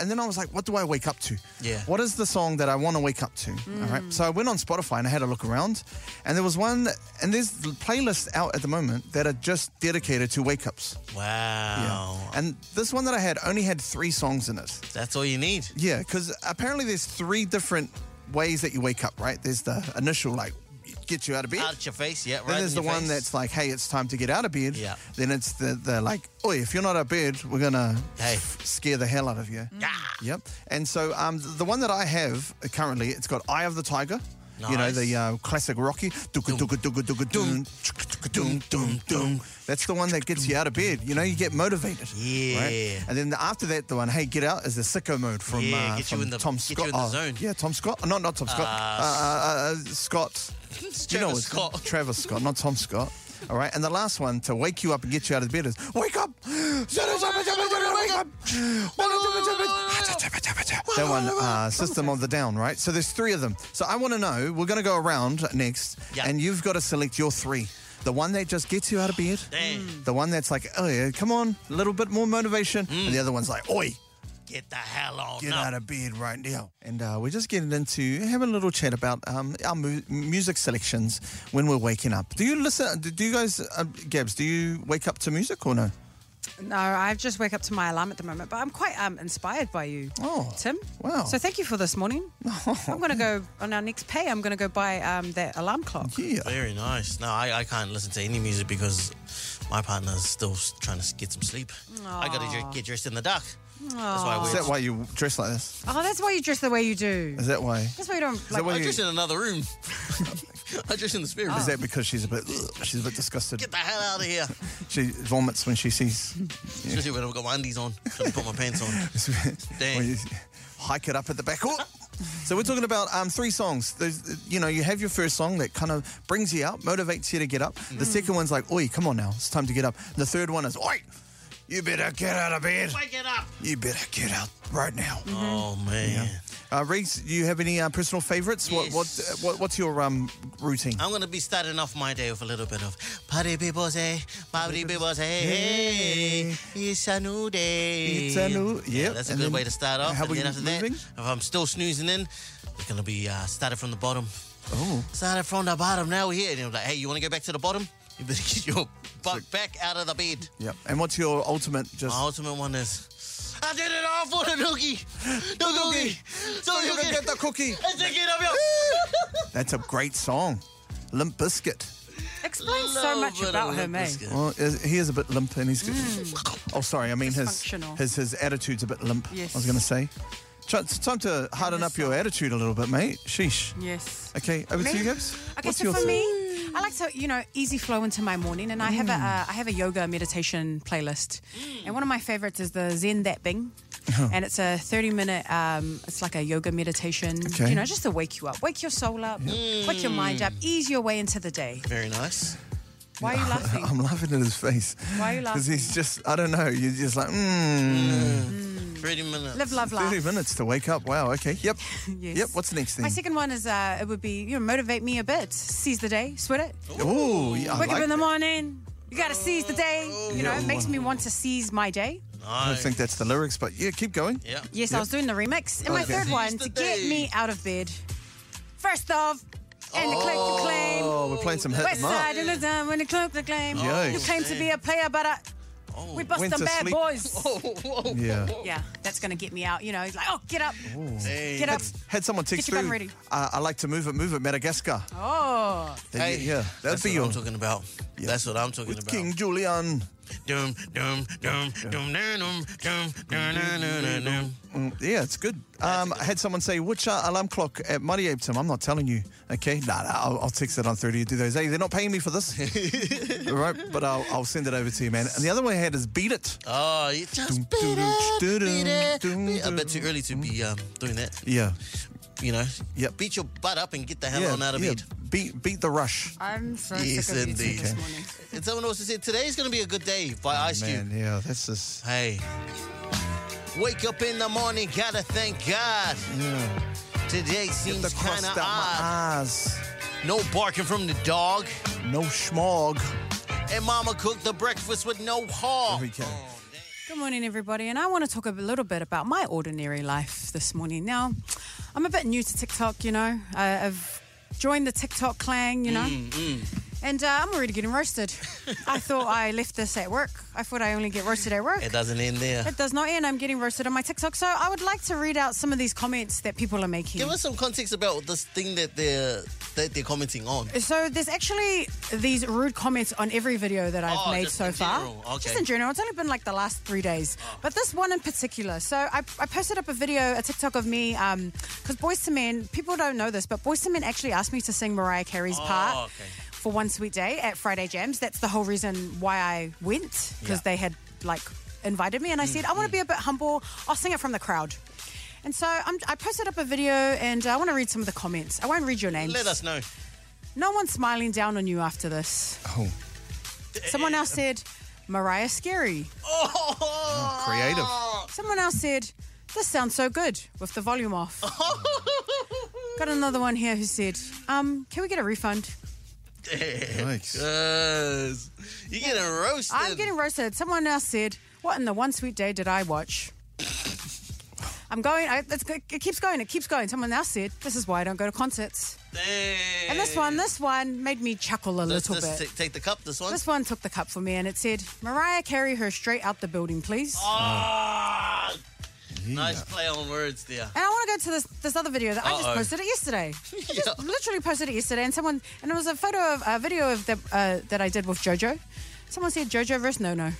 [SPEAKER 3] and then I was like, what do I wake up to?
[SPEAKER 4] Yeah. Mm.
[SPEAKER 3] What is the song that I want to wake up to? All right. So I went on Spotify and I had a look around, and there was one, and there's playlists out at the moment that are just dedicated to wake ups.
[SPEAKER 4] Wow.
[SPEAKER 3] And this one that I had only had three songs in it.
[SPEAKER 4] That's all you need.
[SPEAKER 3] Yeah, because apparently there's three different ways that you wake up. Right? There's the initial like get you out of bed.
[SPEAKER 4] Out your face, yeah. Right
[SPEAKER 3] Then there's
[SPEAKER 4] in
[SPEAKER 3] the
[SPEAKER 4] your
[SPEAKER 3] one
[SPEAKER 4] face.
[SPEAKER 3] that's like, hey, it's time to get out of bed.
[SPEAKER 4] Yeah.
[SPEAKER 3] Then it's the, the like, oh, if you're not out of bed, we're gonna
[SPEAKER 4] Hey. Mm.
[SPEAKER 3] scare the hell out of you. Yeah. Yep. And so um, th- the one that I have uh, currently, it's got Eye of the Tiger. You know
[SPEAKER 4] Nice.
[SPEAKER 3] the uh, classic Rocky. Dugga, dugga, dugga, dugga, dum, chugga, dum, dum, dum. That's the one that gets you out of bed. You know, you get motivated.
[SPEAKER 4] Yeah.
[SPEAKER 3] Right? And then after that, the one, hey, get out, is the sicko mode from,
[SPEAKER 4] Yeah,
[SPEAKER 3] uh,
[SPEAKER 4] get you
[SPEAKER 3] from
[SPEAKER 4] in the-
[SPEAKER 3] Tom
[SPEAKER 4] get you
[SPEAKER 3] Scott.
[SPEAKER 4] in the
[SPEAKER 3] Oh,
[SPEAKER 4] zone.
[SPEAKER 3] Yeah, Tom Scott. No, not Tom Scott.
[SPEAKER 4] Uh,
[SPEAKER 3] Uh, uh, uh, Scott.
[SPEAKER 4] It's
[SPEAKER 3] You know
[SPEAKER 4] Travis
[SPEAKER 3] it's
[SPEAKER 4] Scott.
[SPEAKER 3] Travis Scott, not Tom Scott. All right, and the last one to wake you up and get you out of bed is wake up, wake up. That one, uh, System of the Down, right? So there's three of them. So I want to know. We're going to go around next,
[SPEAKER 4] Yeah.
[SPEAKER 3] and you've got to select your three. The one that just gets you out of bed.
[SPEAKER 4] Damn.
[SPEAKER 3] The one that's like, oh yeah, come on, a little bit more motivation. And the other one's like, oi,
[SPEAKER 4] Get the hell on
[SPEAKER 3] get
[SPEAKER 4] up.
[SPEAKER 3] out of bed right now. And uh, we're just getting into having a little chat about um, our mu- music selections when we're waking up. Do you listen? Do, do you guys, uh, Gabs? Do you wake up to music or no?
[SPEAKER 2] No, I just wake up to my alarm at the moment, but I'm quite um, inspired by you,
[SPEAKER 3] Oh,
[SPEAKER 2] Tim.
[SPEAKER 3] wow. Oh.
[SPEAKER 2] So thank you for this morning. I'm going to go on our next pay. I'm going to go buy um, that alarm clock.
[SPEAKER 3] Yeah.
[SPEAKER 4] Very nice. No, I, I can't listen to any music because my partner's still s- trying to s- get some sleep. I got to get dressed in the dark. That's why
[SPEAKER 3] Is
[SPEAKER 4] we're.
[SPEAKER 3] that why you dress like this?
[SPEAKER 2] Oh, that's why you dress the way you do.
[SPEAKER 3] Is that why?
[SPEAKER 2] That's why you don't.
[SPEAKER 3] that
[SPEAKER 2] Like,
[SPEAKER 3] why
[SPEAKER 4] I
[SPEAKER 3] you-
[SPEAKER 4] dress in another room. I dress in the spirit. room.
[SPEAKER 3] Is that because she's a bit, she's a bit disgusted?
[SPEAKER 4] Get the hell out of here.
[SPEAKER 3] She vomits when she sees.
[SPEAKER 4] Especially when I've got my undies on. Should've put my pants on. Dang.
[SPEAKER 3] Well, you hike it up at the back. Oh. So we're talking about um, three songs. There's, you know, you have your first song that kind of brings you out, motivates you to get up. The
[SPEAKER 4] Mm.
[SPEAKER 3] second one's like, "Oi, come on now, it's time to get up." The third one is, "Oi, you better get out of bed.
[SPEAKER 4] Wake it up.
[SPEAKER 3] You better get out right now."
[SPEAKER 4] Oh, man.
[SPEAKER 3] Uh, Reese, do you have any uh, personal favourites? What, what,
[SPEAKER 4] Yes.
[SPEAKER 3] what, what's your um, routine?
[SPEAKER 4] I'm gonna be starting off my day with a little bit of party people say, party people say, hey, it's a new day.
[SPEAKER 3] It's a new-
[SPEAKER 4] yeah.
[SPEAKER 3] yep,
[SPEAKER 4] That's a
[SPEAKER 3] and
[SPEAKER 4] good
[SPEAKER 3] then
[SPEAKER 4] way to start off.
[SPEAKER 3] how
[SPEAKER 4] and
[SPEAKER 3] we
[SPEAKER 4] then after
[SPEAKER 3] moving?
[SPEAKER 4] that, if I'm still snoozing in, we're gonna be uh, started from the bottom.
[SPEAKER 3] Oh.
[SPEAKER 4] Started from the bottom. Now we're here, and you're like, hey, you want to go back to the bottom? You better get your butt back out of the bed.
[SPEAKER 3] Yep. And what's your ultimate? Just
[SPEAKER 4] My ultimate one is, I did it all for the nookie, the nookie, so
[SPEAKER 3] you
[SPEAKER 4] you
[SPEAKER 3] can get the cookie.
[SPEAKER 4] I take it up your.
[SPEAKER 3] That's a great song. Limp Biscuit.
[SPEAKER 2] explains so
[SPEAKER 4] Little
[SPEAKER 2] much
[SPEAKER 4] bit of
[SPEAKER 2] about him, eh?
[SPEAKER 4] biscuit.
[SPEAKER 3] Well, is- he is a bit limp, and he's. Oh, sorry. I mean, his
[SPEAKER 2] Mm. Dysfunctional.
[SPEAKER 3] his his attitude's a bit limp.
[SPEAKER 2] Yes.
[SPEAKER 3] I was going to say, Try- it's time to harden up your attitude a little bit, mate. Sheesh.
[SPEAKER 2] Yes.
[SPEAKER 3] Okay, over
[SPEAKER 2] Me?
[SPEAKER 3] to you, Gibbs.
[SPEAKER 2] Okay, so for me, I like to, you know, easy flow into my morning, and I have a,
[SPEAKER 3] Mm.
[SPEAKER 2] uh, I have a yoga meditation playlist, and one of my favorites is the Zen That Bing,
[SPEAKER 3] Uh-huh.
[SPEAKER 2] and it's a thirty minute, um, it's like a yoga meditation,
[SPEAKER 3] Okay.
[SPEAKER 2] you know, just to wake you up, wake your soul up, wake your mind up, ease your way into the day.
[SPEAKER 4] Very nice.
[SPEAKER 2] Why are you laughing?
[SPEAKER 3] I'm laughing at his face.
[SPEAKER 2] Why are you
[SPEAKER 3] Because
[SPEAKER 2] laughing?
[SPEAKER 3] he's just, I don't know, you're just like, mmm.
[SPEAKER 4] 30 minutes.
[SPEAKER 2] Live, love, laugh.
[SPEAKER 3] 30 minutes to wake up. Wow, okay. Yep.
[SPEAKER 2] Yes.
[SPEAKER 3] Yep, what's the next thing?
[SPEAKER 2] My second one is uh, it would be you know motivate me a bit, seize the day, sweat it.
[SPEAKER 3] Ooh, yeah, I
[SPEAKER 2] Wake
[SPEAKER 3] like
[SPEAKER 2] up in the
[SPEAKER 3] that.
[SPEAKER 2] morning, you gotta seize the day. You know, it makes me want to seize my day.
[SPEAKER 3] I
[SPEAKER 4] Nice.
[SPEAKER 3] don't think that's the lyrics, but yeah, keep going.
[SPEAKER 4] Yeah.
[SPEAKER 2] Yes, I was doing the remix. And my
[SPEAKER 3] Okay.
[SPEAKER 2] third
[SPEAKER 3] Seize
[SPEAKER 2] one
[SPEAKER 4] the
[SPEAKER 2] to get
[SPEAKER 4] day.
[SPEAKER 2] me out of bed. First off, and the cloak to claim.
[SPEAKER 3] Oh, we're playing some hit
[SPEAKER 2] West
[SPEAKER 3] them up.
[SPEAKER 2] side in the town when the cloak to claim.
[SPEAKER 3] Yes.
[SPEAKER 2] You claim to be a player, but I, we bust
[SPEAKER 3] Oh, Went
[SPEAKER 2] them
[SPEAKER 3] to
[SPEAKER 2] bad
[SPEAKER 3] sleep. Oh.
[SPEAKER 2] boys.
[SPEAKER 3] Yeah.
[SPEAKER 2] Yeah, that's gonna get me out. You know, it's like oh, get up,
[SPEAKER 4] Hey.
[SPEAKER 2] get up.
[SPEAKER 3] Had someone text
[SPEAKER 2] your gun
[SPEAKER 3] through,
[SPEAKER 2] ready.
[SPEAKER 3] Uh, I like to move it, move it, Madagascar.
[SPEAKER 2] Oh,
[SPEAKER 3] Then,
[SPEAKER 4] Hey,
[SPEAKER 3] yeah, that'd
[SPEAKER 4] that's
[SPEAKER 3] be
[SPEAKER 4] what I'm
[SPEAKER 3] yours.
[SPEAKER 4] talking about. That's what I'm talking
[SPEAKER 3] With
[SPEAKER 4] about.
[SPEAKER 3] King Julian.
[SPEAKER 4] Dum, dum, dum, dum, dum, dum, dum, dum, dum, dum, dum, dum.
[SPEAKER 3] Mm, Yeah, it's good. Um, I had someone say, which uh, alarm clock at Muddy Apeton? I'm not telling you. Okay, nah, nah I'll, I'll text it on 30 to do those. Hey, they're not paying me for this. All right, but I'll, I'll send it over to you, man. And the other one I had is Beat It.
[SPEAKER 4] Oh, you just beat
[SPEAKER 3] dum,
[SPEAKER 4] it,
[SPEAKER 3] dum,
[SPEAKER 4] beat it,
[SPEAKER 3] dum,
[SPEAKER 4] beat it. A
[SPEAKER 3] dum,
[SPEAKER 4] bit too early to be um, doing that,
[SPEAKER 3] Yeah.
[SPEAKER 4] you know.
[SPEAKER 3] Yep.
[SPEAKER 4] Beat your butt up and get the hell
[SPEAKER 3] yeah,
[SPEAKER 4] on out of
[SPEAKER 3] yeah.
[SPEAKER 4] bed.
[SPEAKER 3] Beat, beat the rush.
[SPEAKER 2] I'm so
[SPEAKER 4] Yes,
[SPEAKER 2] sick of you two
[SPEAKER 4] indeed.
[SPEAKER 2] this
[SPEAKER 4] Okay.
[SPEAKER 2] morning.
[SPEAKER 4] And someone also said, today's going to be a good day by Ice Cube.
[SPEAKER 3] Oh, Man, yeah, that's just.
[SPEAKER 4] Hey. Wake up in the morning, gotta thank God.
[SPEAKER 3] Yeah.
[SPEAKER 4] Today
[SPEAKER 3] Get the
[SPEAKER 4] seems
[SPEAKER 3] crust
[SPEAKER 4] kind of
[SPEAKER 3] out my
[SPEAKER 4] odd.
[SPEAKER 3] eyes.
[SPEAKER 4] No barking from the dog.
[SPEAKER 3] No schmog.
[SPEAKER 4] And mama cooked the breakfast with no
[SPEAKER 3] There
[SPEAKER 4] hog.
[SPEAKER 3] we go.
[SPEAKER 2] Good morning, everybody, and I want to talk a little bit about my ordinary life this morning. Now, I'm a bit new to TikTok, you know. I, I've joined the TikTok clan, you know,
[SPEAKER 4] Mm,
[SPEAKER 2] and uh, I'm already getting roasted. I thought I left this at work. I thought I only get roasted at work.
[SPEAKER 4] It doesn't end there.
[SPEAKER 2] It does not end. I'm getting roasted on my TikTok, so I would like to read out some of these comments that people are making.
[SPEAKER 4] Give us some context about this thing that they're that they're commenting on.
[SPEAKER 2] So there's actually these rude comments on every video that I've
[SPEAKER 4] Oh,
[SPEAKER 2] made
[SPEAKER 4] just
[SPEAKER 2] so
[SPEAKER 4] in
[SPEAKER 2] far.
[SPEAKER 4] general. Okay. Oh.
[SPEAKER 2] Just in general. It's only been like the last three days. But this one in particular. So I, I posted up a video, a TikTok of me, um, because Boys to Men, people don't know this, but Boys to Men actually asked me to sing Mariah Carey's part.
[SPEAKER 4] Oh, okay.
[SPEAKER 2] For one sweet day at Friday Jams. That's the whole reason why I went because
[SPEAKER 4] Yeah. Mm,
[SPEAKER 2] they had like invited me, and I said I want to be a bit humble. I'll sing it from the crowd. And so I'm, I posted up a video, and I want to read some of the comments. I won't read your names.
[SPEAKER 4] Let us know.
[SPEAKER 2] No one's smiling down on you after this.
[SPEAKER 3] Oh,
[SPEAKER 2] Someone else said, Mariah Scary.
[SPEAKER 4] Oh,
[SPEAKER 3] creative.
[SPEAKER 2] Someone else said, This sounds so good with the volume off. Got another one here who said, um, Can we get a refund?
[SPEAKER 3] Thanks.
[SPEAKER 4] Yes. You're getting roasted.
[SPEAKER 2] I'm getting roasted. Someone else said, What in the one sweet day did I watch? I'm going, I, it's, it keeps going, it keeps going. Someone else said, This is why I don't go to concerts. And this one, this one made me chuckle a
[SPEAKER 4] Let's
[SPEAKER 2] little
[SPEAKER 4] just
[SPEAKER 2] bit.
[SPEAKER 4] ta- take the cup. This one.
[SPEAKER 2] This one took the cup for me and it said, Mariah, carry her straight out the building, please.
[SPEAKER 3] Oh.
[SPEAKER 4] Ah, Nice play on words there.
[SPEAKER 2] And I want to go to this this other video that I just
[SPEAKER 4] Uh-oh.
[SPEAKER 2] posted it yesterday. I just
[SPEAKER 4] Yeah.
[SPEAKER 2] literally posted it yesterday, and someone and it was a photo of a video of the uh, that I did with JoJo. Someone said JoJo versus No No.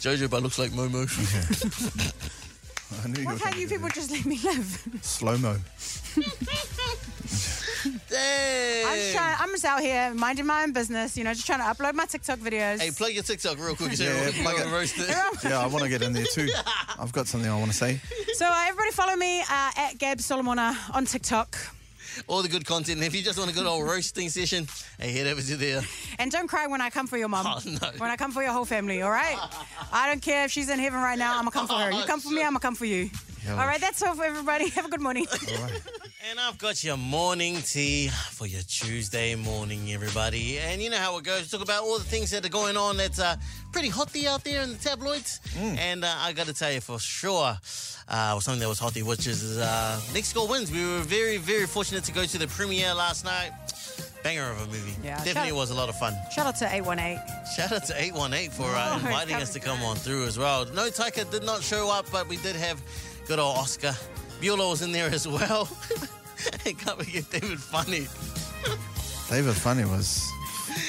[SPEAKER 4] Jojo, but looks like Momo.
[SPEAKER 3] I knew you
[SPEAKER 2] Why
[SPEAKER 3] were
[SPEAKER 2] can't
[SPEAKER 3] gonna
[SPEAKER 2] you
[SPEAKER 3] do
[SPEAKER 2] people just let me live?
[SPEAKER 3] that. Slow mo.
[SPEAKER 4] Dang.
[SPEAKER 2] I'm just trying, I'm just out here minding my own business, you know, just trying to upload my TikTok videos.
[SPEAKER 4] Hey, plug your TikTok real quick. so
[SPEAKER 3] Yeah,
[SPEAKER 4] everyone can
[SPEAKER 3] plug
[SPEAKER 4] go
[SPEAKER 3] it.
[SPEAKER 4] and roast it.
[SPEAKER 3] Yeah, I want to get in there too. I've got something I want to say.
[SPEAKER 2] so uh, everybody follow me uh, at Gab Solomona on TikTok,
[SPEAKER 4] All the good content. If you just want a good old roasting session, hey, head over to there.
[SPEAKER 2] and don't cry when I come for your mum.
[SPEAKER 4] Oh, no.
[SPEAKER 2] When I come for your whole family, all right? I don't care if she's in heaven right now. I'm gonna come for her. You come for
[SPEAKER 4] Oh,
[SPEAKER 2] me. I'm gonna come for you.
[SPEAKER 3] Yeah,
[SPEAKER 2] All right, that's all for everybody. Have a good morning.
[SPEAKER 4] And I've got your morning tea for your Tuesday morning, everybody. And you know how it goes. Talk about all the things that are going on that's uh, pretty hotty out there in the tabloids. And uh, I got to tell you for sure, uh, something that was hotty, which is uh, Next Goal Wins. We were very, very fortunate to go to the premiere last night. Banger of a movie.
[SPEAKER 2] Yeah,
[SPEAKER 4] Definitely
[SPEAKER 2] shout-
[SPEAKER 4] was a lot of fun.
[SPEAKER 2] Shout out to 818.
[SPEAKER 4] Shout out to 818 for uh,
[SPEAKER 2] Oh,
[SPEAKER 4] inviting
[SPEAKER 2] that
[SPEAKER 4] us to
[SPEAKER 2] was
[SPEAKER 4] come
[SPEAKER 2] good.
[SPEAKER 4] on through as well. No, Taika did not show up, but we did have good old Oscar. Bueller was in there as well. and can't forget David Funny.
[SPEAKER 3] David Funny was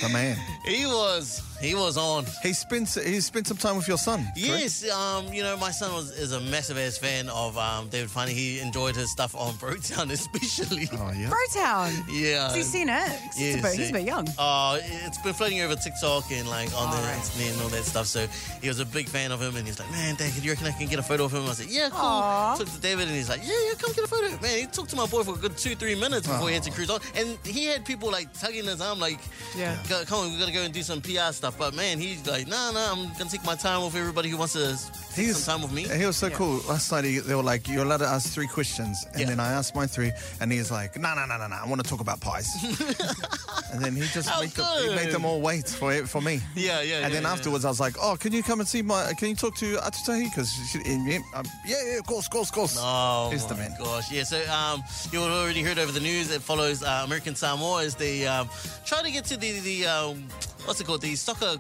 [SPEAKER 3] the man.
[SPEAKER 4] He was, he was on.
[SPEAKER 3] He spent he spent some time with your son. correct?
[SPEAKER 4] Yes, um, you know, my son was, is a massive ass fan of um, David Funny. He enjoyed his stuff on Brotown, especially.
[SPEAKER 3] Oh yeah.
[SPEAKER 2] Brotown.
[SPEAKER 4] Yeah.
[SPEAKER 2] Has he seen it? he's, a bit, he's a bit young.
[SPEAKER 4] Oh, it's been floating over TikTok and like on the
[SPEAKER 2] All right.
[SPEAKER 4] internet and all that stuff. So he was a big fan of him, and he's like, "Man, Dad, do you reckon I can get a photo of him?" I said, "Yeah, cool."
[SPEAKER 2] Aw.
[SPEAKER 4] Took to David, and he's like, "Yeah, yeah, come get a photo." Man, he talked to my boy for a good two, three minutes before he had to cruise on, and he had people like tugging his arm, like,
[SPEAKER 2] Yeah.
[SPEAKER 4] Go- Come on, we gotta go and do some PR stuff. But man, he's like, nah, nah, I'm gonna take my time with everybody who wants to take
[SPEAKER 3] He's-
[SPEAKER 4] some time with me.
[SPEAKER 3] He was so cool. Last night, he, they were like, you're allowed to ask three questions. And
[SPEAKER 4] Yeah.
[SPEAKER 3] then I asked my three, and he's like, no, no, no, no, no, I want to talk about pies. and then he just
[SPEAKER 4] How
[SPEAKER 3] made them, he made
[SPEAKER 4] good.
[SPEAKER 3] them all wait for it, for me.
[SPEAKER 4] Yeah, yeah.
[SPEAKER 3] And
[SPEAKER 4] yeah,
[SPEAKER 3] then
[SPEAKER 4] yeah.
[SPEAKER 3] afterwards, I was like, "Oh, can you come and see my? Can you talk to Atutahi? Because yeah, um, yeah, yeah, of course, of course, of course."
[SPEAKER 4] Oh
[SPEAKER 3] He's
[SPEAKER 4] my
[SPEAKER 3] the man.
[SPEAKER 4] gosh! Yeah, so um, you would have already heard over the news. It follows uh, American Samoa as they um, try to get to the the um, what's it called? The soccer.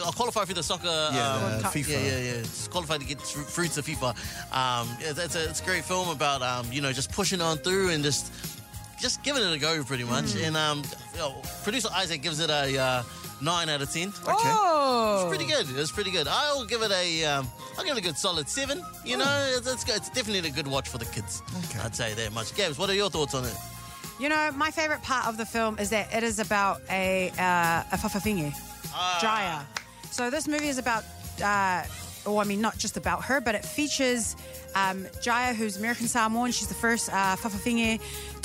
[SPEAKER 4] uh qualify for the soccer.
[SPEAKER 3] Yeah,
[SPEAKER 4] um,
[SPEAKER 3] the
[SPEAKER 2] World Cup.
[SPEAKER 3] FIFA.
[SPEAKER 4] Yeah, yeah, yeah. Just qualified to get through, through to FIFA. Um, yeah, that's a, it's a great film about um, you know just pushing on through and just just giving it a go pretty much.
[SPEAKER 3] Mm.
[SPEAKER 4] And um, you know, producer Isaac gives it a uh, nine out of ten.
[SPEAKER 3] Okay.
[SPEAKER 2] Oh,
[SPEAKER 4] It's pretty good. It's pretty good. I'll give it a, um, I'll give it a good solid seven. You know, it's, it's, good. it's definitely a good watch for the kids.
[SPEAKER 3] Okay.
[SPEAKER 4] I'd say that much. Gabs, what are your thoughts on it?
[SPEAKER 2] You know, my favorite part of the film is that it is about a uh, a fafafingi,
[SPEAKER 4] Ah.
[SPEAKER 2] dryer. So this movie is about, uh, well, I mean, not just about her, but it features um, Jaya, who's American Samoan. She's the first uh, fafafingi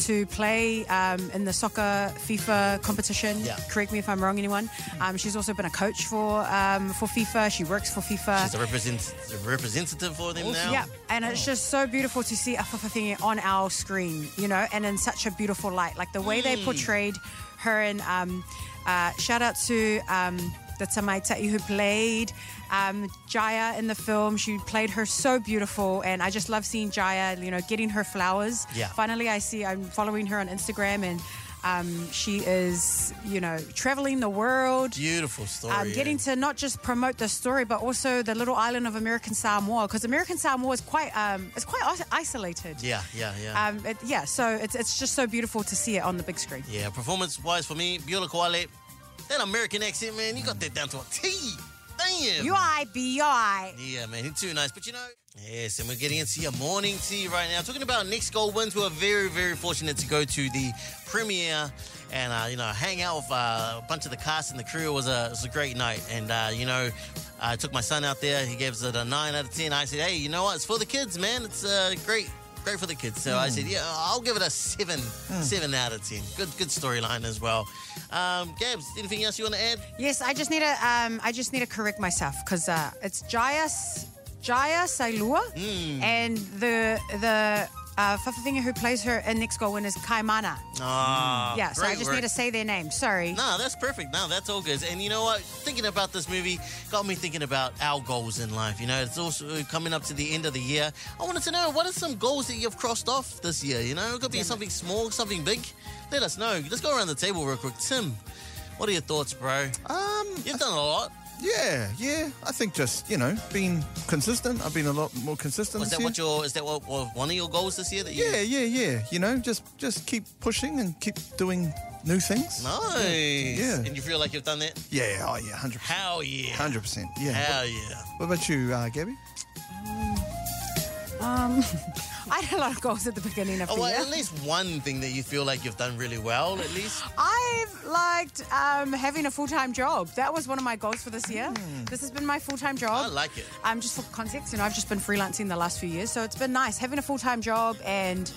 [SPEAKER 2] to play um, in the soccer FIFA competition.
[SPEAKER 4] Yeah. Mm.
[SPEAKER 2] Correct me if I'm wrong, anyone. Um, she's also been a coach for um, for FIFA. She works for FIFA.
[SPEAKER 4] She's a, represent, a representative for them now.
[SPEAKER 2] Uh, Yeah, and it's just so beautiful to see Afafafine on our screen, you know, and in such a beautiful light. Like the way
[SPEAKER 4] Hmm.
[SPEAKER 2] they portrayed her, and um, uh, shout out to um, the Tamaitai who played um, Jaya in the film. She played her so beautiful, and I just love seeing Jaya, you know, getting her flowers.
[SPEAKER 4] Yeah.
[SPEAKER 2] Finally, I see, I'm following her on Instagram, and um, she is, you know, traveling the world
[SPEAKER 4] Beautiful story.
[SPEAKER 2] um, getting
[SPEAKER 4] yeah.
[SPEAKER 2] to not just promote the story, but also the little island of American Samoa, because American Samoa is quite um, it's quite is- isolated.
[SPEAKER 4] Yeah, yeah, yeah.
[SPEAKER 2] Um, it, yeah. So it's it's just so beautiful to see it on the big screen.
[SPEAKER 4] yeah, performance wise for me, Beulah Kwale, that American accent, man, you got that down to a T. Damn.
[SPEAKER 2] U I B I.
[SPEAKER 4] Yeah, man, he's too nice. But you know, yes, and we're getting into your morning tea right now. Talking about Nick's Gold Wins, we are very, very fortunate to go to the premiere and, uh, you know, hang out with uh, a bunch of the cast and the crew. It was a, it was a great night. And, uh, you know, I took my son out there. He gives it a 9 out of 10. I said, hey, you know what? It's for the kids, man. It's uh, great. Great for the kids. So
[SPEAKER 2] Hmm.
[SPEAKER 4] I said, yeah, I'll give it a 7. 7 out of 10. Good good storyline as well. Um, Gabs, anything else you want to add?
[SPEAKER 2] Yes, I just need to um, I just need to correct myself because uh, it's Jaya S- Jaya Sailua,
[SPEAKER 4] Mm.
[SPEAKER 2] and the the uh, Fafafinga who plays her in Next Goal Win is Kaimana.
[SPEAKER 4] Ah,
[SPEAKER 2] yeah. So I
[SPEAKER 4] great
[SPEAKER 2] just
[SPEAKER 4] work.
[SPEAKER 2] need to say their name. Sorry.
[SPEAKER 4] No, that's perfect. No, that's all good. And you know what? Thinking about this movie got me thinking about our goals in life. You know, it's also coming up to the end of the year. I wanted to know what are some goals that you've crossed off this year? You know, it could be something small, something big. Let us know. Let's go around the table real quick. Tim, what are your thoughts, bro?
[SPEAKER 3] Um,
[SPEAKER 4] You've done a lot.
[SPEAKER 3] yeah, yeah. I think just you know being consistent. I've been a lot more consistent.
[SPEAKER 4] Was
[SPEAKER 3] this
[SPEAKER 4] that
[SPEAKER 3] year.
[SPEAKER 4] what your? Is that what, what one of your goals this year? That you,
[SPEAKER 3] Yeah, yeah, yeah. You know, just just keep pushing and keep doing new things.
[SPEAKER 4] Nice.
[SPEAKER 3] Yeah.
[SPEAKER 4] And you feel like you've done that?
[SPEAKER 3] Yeah, oh yeah, hundred percent,
[SPEAKER 4] Hell yeah.
[SPEAKER 3] hundred percent. Yeah.
[SPEAKER 4] Hell yeah.
[SPEAKER 3] What about you, uh, Gabby?
[SPEAKER 2] I had a lot of goals at the beginning of
[SPEAKER 4] Oh,
[SPEAKER 2] the
[SPEAKER 4] well,
[SPEAKER 2] year.
[SPEAKER 4] at least one thing that you feel like you've done really well, at least.
[SPEAKER 2] I've liked um, having a full time job. That was one of my goals for this year. This has been my full time job.
[SPEAKER 4] Hmm. I like it.
[SPEAKER 2] Um, just for context, you know, I've just been freelancing the last few years, so it's been nice having a full time job and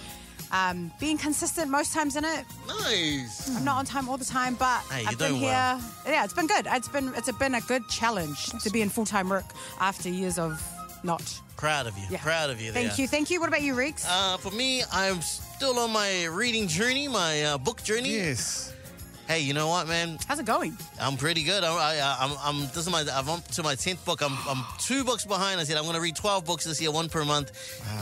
[SPEAKER 2] um, being consistent most times in it.
[SPEAKER 4] Nice.
[SPEAKER 2] I'm not on time all the time, but
[SPEAKER 4] Hey, you're
[SPEAKER 2] I've been
[SPEAKER 4] doing
[SPEAKER 2] here.
[SPEAKER 4] well.
[SPEAKER 2] Yeah, it's been good. It's been it's been a good challenge to be in full time work after years of not.
[SPEAKER 4] Proud of you.
[SPEAKER 2] Yeah.
[SPEAKER 4] Proud of you.
[SPEAKER 2] Thank
[SPEAKER 4] there.
[SPEAKER 2] you, thank you. What about you, Reeks?
[SPEAKER 4] Uh, for me, I'm still on my reading journey, my uh, book journey.
[SPEAKER 3] Yes.
[SPEAKER 4] Hey, you know what, man?
[SPEAKER 2] How's it going?
[SPEAKER 4] I'm pretty good. I'm, I, I- I'm, I'm, this is my, I'm up to my 10th book. I'm, I'm two books behind. I said I'm going to read 12 books this year, one per month.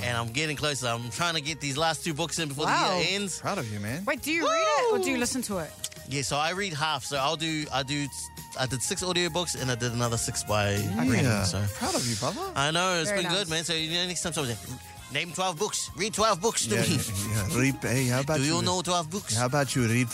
[SPEAKER 4] And I'm getting closer. I'm trying to get these last two books in before
[SPEAKER 2] Wow.
[SPEAKER 4] the year ends.
[SPEAKER 3] Proud of you, man.
[SPEAKER 2] Wait, do you read it or do you listen to it?
[SPEAKER 4] Yeah, so I read half. So I'll do, I do, I did six audiobooks and I did another six by reading.
[SPEAKER 3] yeah.
[SPEAKER 4] So Uh,
[SPEAKER 3] Proud of you, brother.
[SPEAKER 4] I know, it's
[SPEAKER 2] Very
[SPEAKER 4] been good,
[SPEAKER 2] nice.
[SPEAKER 4] man. So you know, next time someone's like, name 12 books, read 12 books to
[SPEAKER 3] yeah,
[SPEAKER 4] me.
[SPEAKER 3] yeah, yeah. Read, hey, how about
[SPEAKER 4] Do you
[SPEAKER 3] read-
[SPEAKER 4] know 12 books?
[SPEAKER 3] How about you read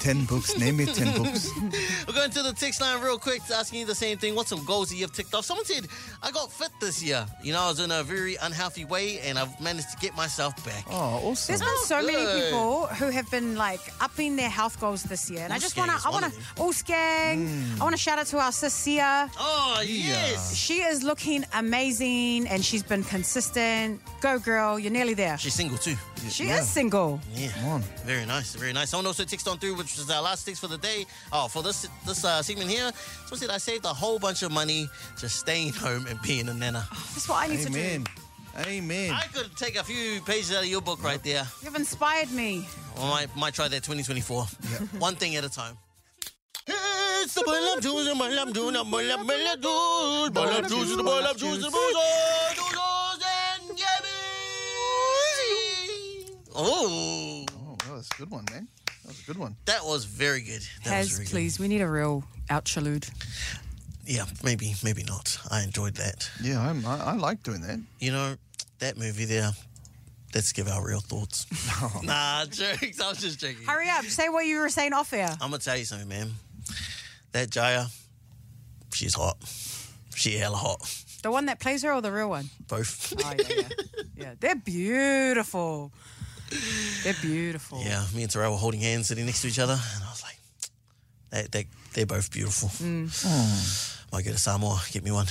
[SPEAKER 3] ten books? Name me ten books.
[SPEAKER 4] We're going going to the text line real quick, asking you the same thing. What's some goals that you've ticked off? Someone said, I got fit this year. You know, I was in a very unhealthy way and I've managed to get myself back.
[SPEAKER 3] Oh, awesome.
[SPEAKER 2] There's been so many
[SPEAKER 4] good.
[SPEAKER 2] people who have been like upping their health goals this year, and I
[SPEAKER 4] All
[SPEAKER 2] just
[SPEAKER 4] Skag
[SPEAKER 2] want
[SPEAKER 4] is
[SPEAKER 2] to, I
[SPEAKER 4] one
[SPEAKER 2] want
[SPEAKER 4] of
[SPEAKER 2] to, all skag. I want to shout out to our sis Sia.
[SPEAKER 4] Oh, yes.
[SPEAKER 2] She is looking amazing, and she's been consistent. Go, girl! You're nearly there.
[SPEAKER 4] She's single too.
[SPEAKER 2] She
[SPEAKER 3] Yeah.
[SPEAKER 2] is single.
[SPEAKER 4] Yeah.
[SPEAKER 3] Come on.
[SPEAKER 4] Very nice, very nice. Someone also texted on through, which was our last text for the day. Oh, for this this uh, segment here, someone said I saved a whole bunch of money just staying home and being a nana.
[SPEAKER 2] That's what I need to
[SPEAKER 3] Amen.
[SPEAKER 2] do.
[SPEAKER 3] Amen.
[SPEAKER 4] I could take a few pages out of your book right there.
[SPEAKER 2] You've inspired me.
[SPEAKER 4] I might, might try that 2024. One thing at a time. It's the boy I'm choosing, boy I'm doing, I'm boy I'm boy I'm doing, boy I'm choosing, the boy I'm choosing, the boy I'm choosing, Gabby. Oh,
[SPEAKER 3] Oh, well, that's a good one, man. That was a good one.
[SPEAKER 4] that was very good. That was
[SPEAKER 2] Has
[SPEAKER 4] very good.
[SPEAKER 2] please, we need a real outchalude.
[SPEAKER 4] Yeah, maybe, maybe not. I enjoyed that.
[SPEAKER 3] Yeah, I'm, I, I like doing that.
[SPEAKER 4] You know, that movie there. Let's give our real thoughts. nah, jokes. I was just joking.
[SPEAKER 2] Hurry up! Say what you were saying off air.
[SPEAKER 4] I'm gonna tell you something, man. That Jaya, she's hot. She hella hot.
[SPEAKER 2] The one that plays her or the real one?
[SPEAKER 4] Both.
[SPEAKER 2] Oh, yeah, yeah. yeah, they're beautiful. They're beautiful.
[SPEAKER 4] yeah, me and Terrell were holding hands, sitting next to each other, and I was like, they, they, they're both beautiful. Might go to Samoa, get me one.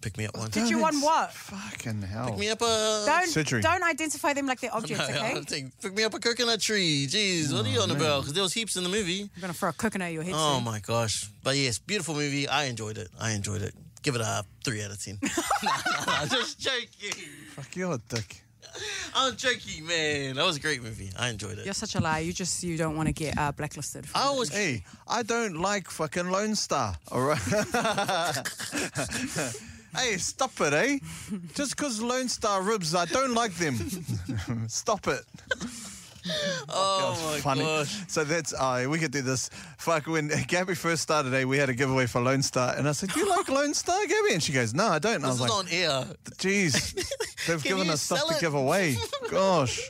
[SPEAKER 4] Pick me up one.
[SPEAKER 2] Did you want
[SPEAKER 3] That's
[SPEAKER 2] what?
[SPEAKER 3] Fucking hell.
[SPEAKER 4] Pick me up a.
[SPEAKER 2] Don't
[SPEAKER 3] Surgery.
[SPEAKER 2] don't identify them like they're objects,
[SPEAKER 4] No,
[SPEAKER 2] okay?
[SPEAKER 4] I'm thinking, pick me up a coconut tree. Jeez, what are you on about? Because there was heaps in the movie.
[SPEAKER 2] I'm gonna throw a coconut at your head.
[SPEAKER 4] Oh
[SPEAKER 2] soon.
[SPEAKER 4] my gosh. But yes, beautiful movie. I enjoyed it. I enjoyed it. Give it a three out of ten. no, no, no, just joking.
[SPEAKER 3] Fuck, you're a dick.
[SPEAKER 4] I'm joking, man. That was a great movie. I enjoyed it.
[SPEAKER 2] You're such a liar. You just you don't want to get uh, blacklisted.
[SPEAKER 4] I always
[SPEAKER 3] Hey, I don't like fucking Lone Star, all right? hey, stop it, eh? Just because Lone Star ribs, I don't like them. stop it.
[SPEAKER 4] Oh my
[SPEAKER 3] funny.
[SPEAKER 4] gosh.
[SPEAKER 3] So that's uh, we could do this. Fuck, when Gabby first started, eh, we had a giveaway for Lone Star, and I said, "Do you like Lone Star, Gabby?" And she goes, "No, I don't." And I
[SPEAKER 4] This
[SPEAKER 3] was
[SPEAKER 4] is
[SPEAKER 3] like,
[SPEAKER 4] on air.
[SPEAKER 3] "Jeez, they've
[SPEAKER 4] Can
[SPEAKER 3] given
[SPEAKER 4] you
[SPEAKER 3] us stuff
[SPEAKER 4] sell
[SPEAKER 3] to
[SPEAKER 4] it?"
[SPEAKER 3] give away." Gosh,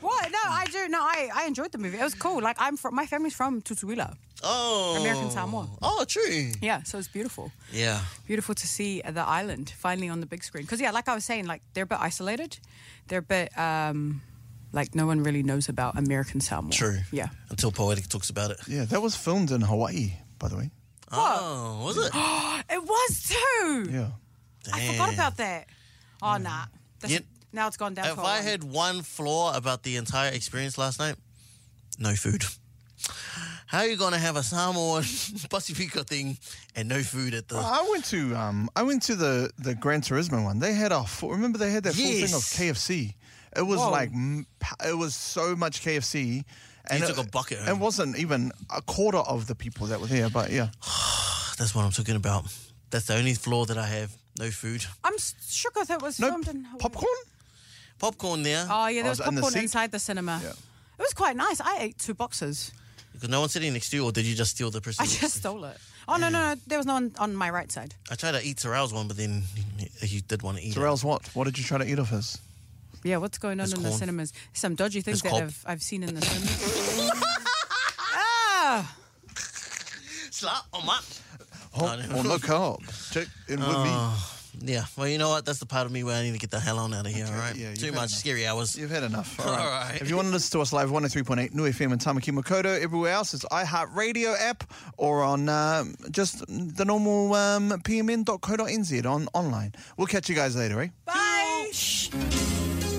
[SPEAKER 2] What? No, I do. No, I, I enjoyed the movie. It was cool. Like I'm from my family's from Tutuila,
[SPEAKER 4] Oh.
[SPEAKER 2] American Samoa.
[SPEAKER 4] Oh, true.
[SPEAKER 2] Yeah, so it's beautiful.
[SPEAKER 4] Yeah.
[SPEAKER 2] Beautiful to see the island finally on the big screen. Because yeah, like I was saying, like they're a bit isolated. They're a bit um, like no one really knows about American Samoa.
[SPEAKER 4] True.
[SPEAKER 2] Yeah.
[SPEAKER 4] Until Poetic talks about it.
[SPEAKER 3] yeah, that was filmed in Hawaii, by the way.
[SPEAKER 4] Oh, was it?
[SPEAKER 2] It was too.
[SPEAKER 3] Yeah,
[SPEAKER 2] I forgot about that. Oh nah. That's
[SPEAKER 4] Yet-
[SPEAKER 2] now it's gone down.
[SPEAKER 4] If
[SPEAKER 2] to a
[SPEAKER 4] I
[SPEAKER 2] one.
[SPEAKER 4] had one flaw about the entire experience last night, no food. How are you going to have a Samoan Pasifika thing and no food at the.
[SPEAKER 3] I went to um, I went to the the Gran Turismo one. They had a full, remember they had that full
[SPEAKER 4] Yes.
[SPEAKER 3] thing of KFC. It was like m- pa- it was so much KFC. And
[SPEAKER 4] took a bucket
[SPEAKER 3] It
[SPEAKER 4] home.
[SPEAKER 3] wasn't even a quarter of the people that were there, but yeah.
[SPEAKER 4] That's what I'm talking about. That's the only flaw that I have. No food.
[SPEAKER 2] I'm s- shook if it was
[SPEAKER 3] No
[SPEAKER 2] filmed in Hawaii.
[SPEAKER 3] popcorn.
[SPEAKER 4] Popcorn there.
[SPEAKER 2] Oh yeah,
[SPEAKER 3] Oh,
[SPEAKER 2] there was
[SPEAKER 3] is it in the
[SPEAKER 2] popcorn
[SPEAKER 3] seat?
[SPEAKER 2] inside the cinema.
[SPEAKER 3] Yeah.
[SPEAKER 2] It was quite nice. I ate two boxes.
[SPEAKER 4] Because no one's sitting next to you, or did you just steal the person?
[SPEAKER 2] I just stole it. Oh no, no, no, there was no one on my right side.
[SPEAKER 4] I tried to eat Terrell's one, but then he, he did want to eat it.
[SPEAKER 3] Darrell's what? What did you try to eat of his?
[SPEAKER 2] Yeah, what's going on
[SPEAKER 4] It's
[SPEAKER 2] in the
[SPEAKER 4] corn.
[SPEAKER 2] cinemas? Some dodgy things
[SPEAKER 4] It's
[SPEAKER 2] that
[SPEAKER 4] cob.
[SPEAKER 2] I've, I've seen in the cinemas. ah,
[SPEAKER 4] Slap on my.
[SPEAKER 3] Oh,
[SPEAKER 4] no.
[SPEAKER 3] or look up. Check in with
[SPEAKER 4] Uh,
[SPEAKER 3] me.
[SPEAKER 4] Yeah, well, you know what? That's the part of me where I need to get the hell on out of here, all right?
[SPEAKER 3] yeah, you've
[SPEAKER 4] Too
[SPEAKER 3] had
[SPEAKER 4] much
[SPEAKER 3] enough.
[SPEAKER 4] scary hours.
[SPEAKER 3] You've had enough. All
[SPEAKER 4] All right.
[SPEAKER 3] If you want to listen to us live, 103.8 New FM and Tamaki Makoto. Everywhere else, it's iHeartRadio app or on um, just the normal um, pmn.co.nz on online. We'll catch you guys later, eh?
[SPEAKER 2] bye.
[SPEAKER 5] Bye.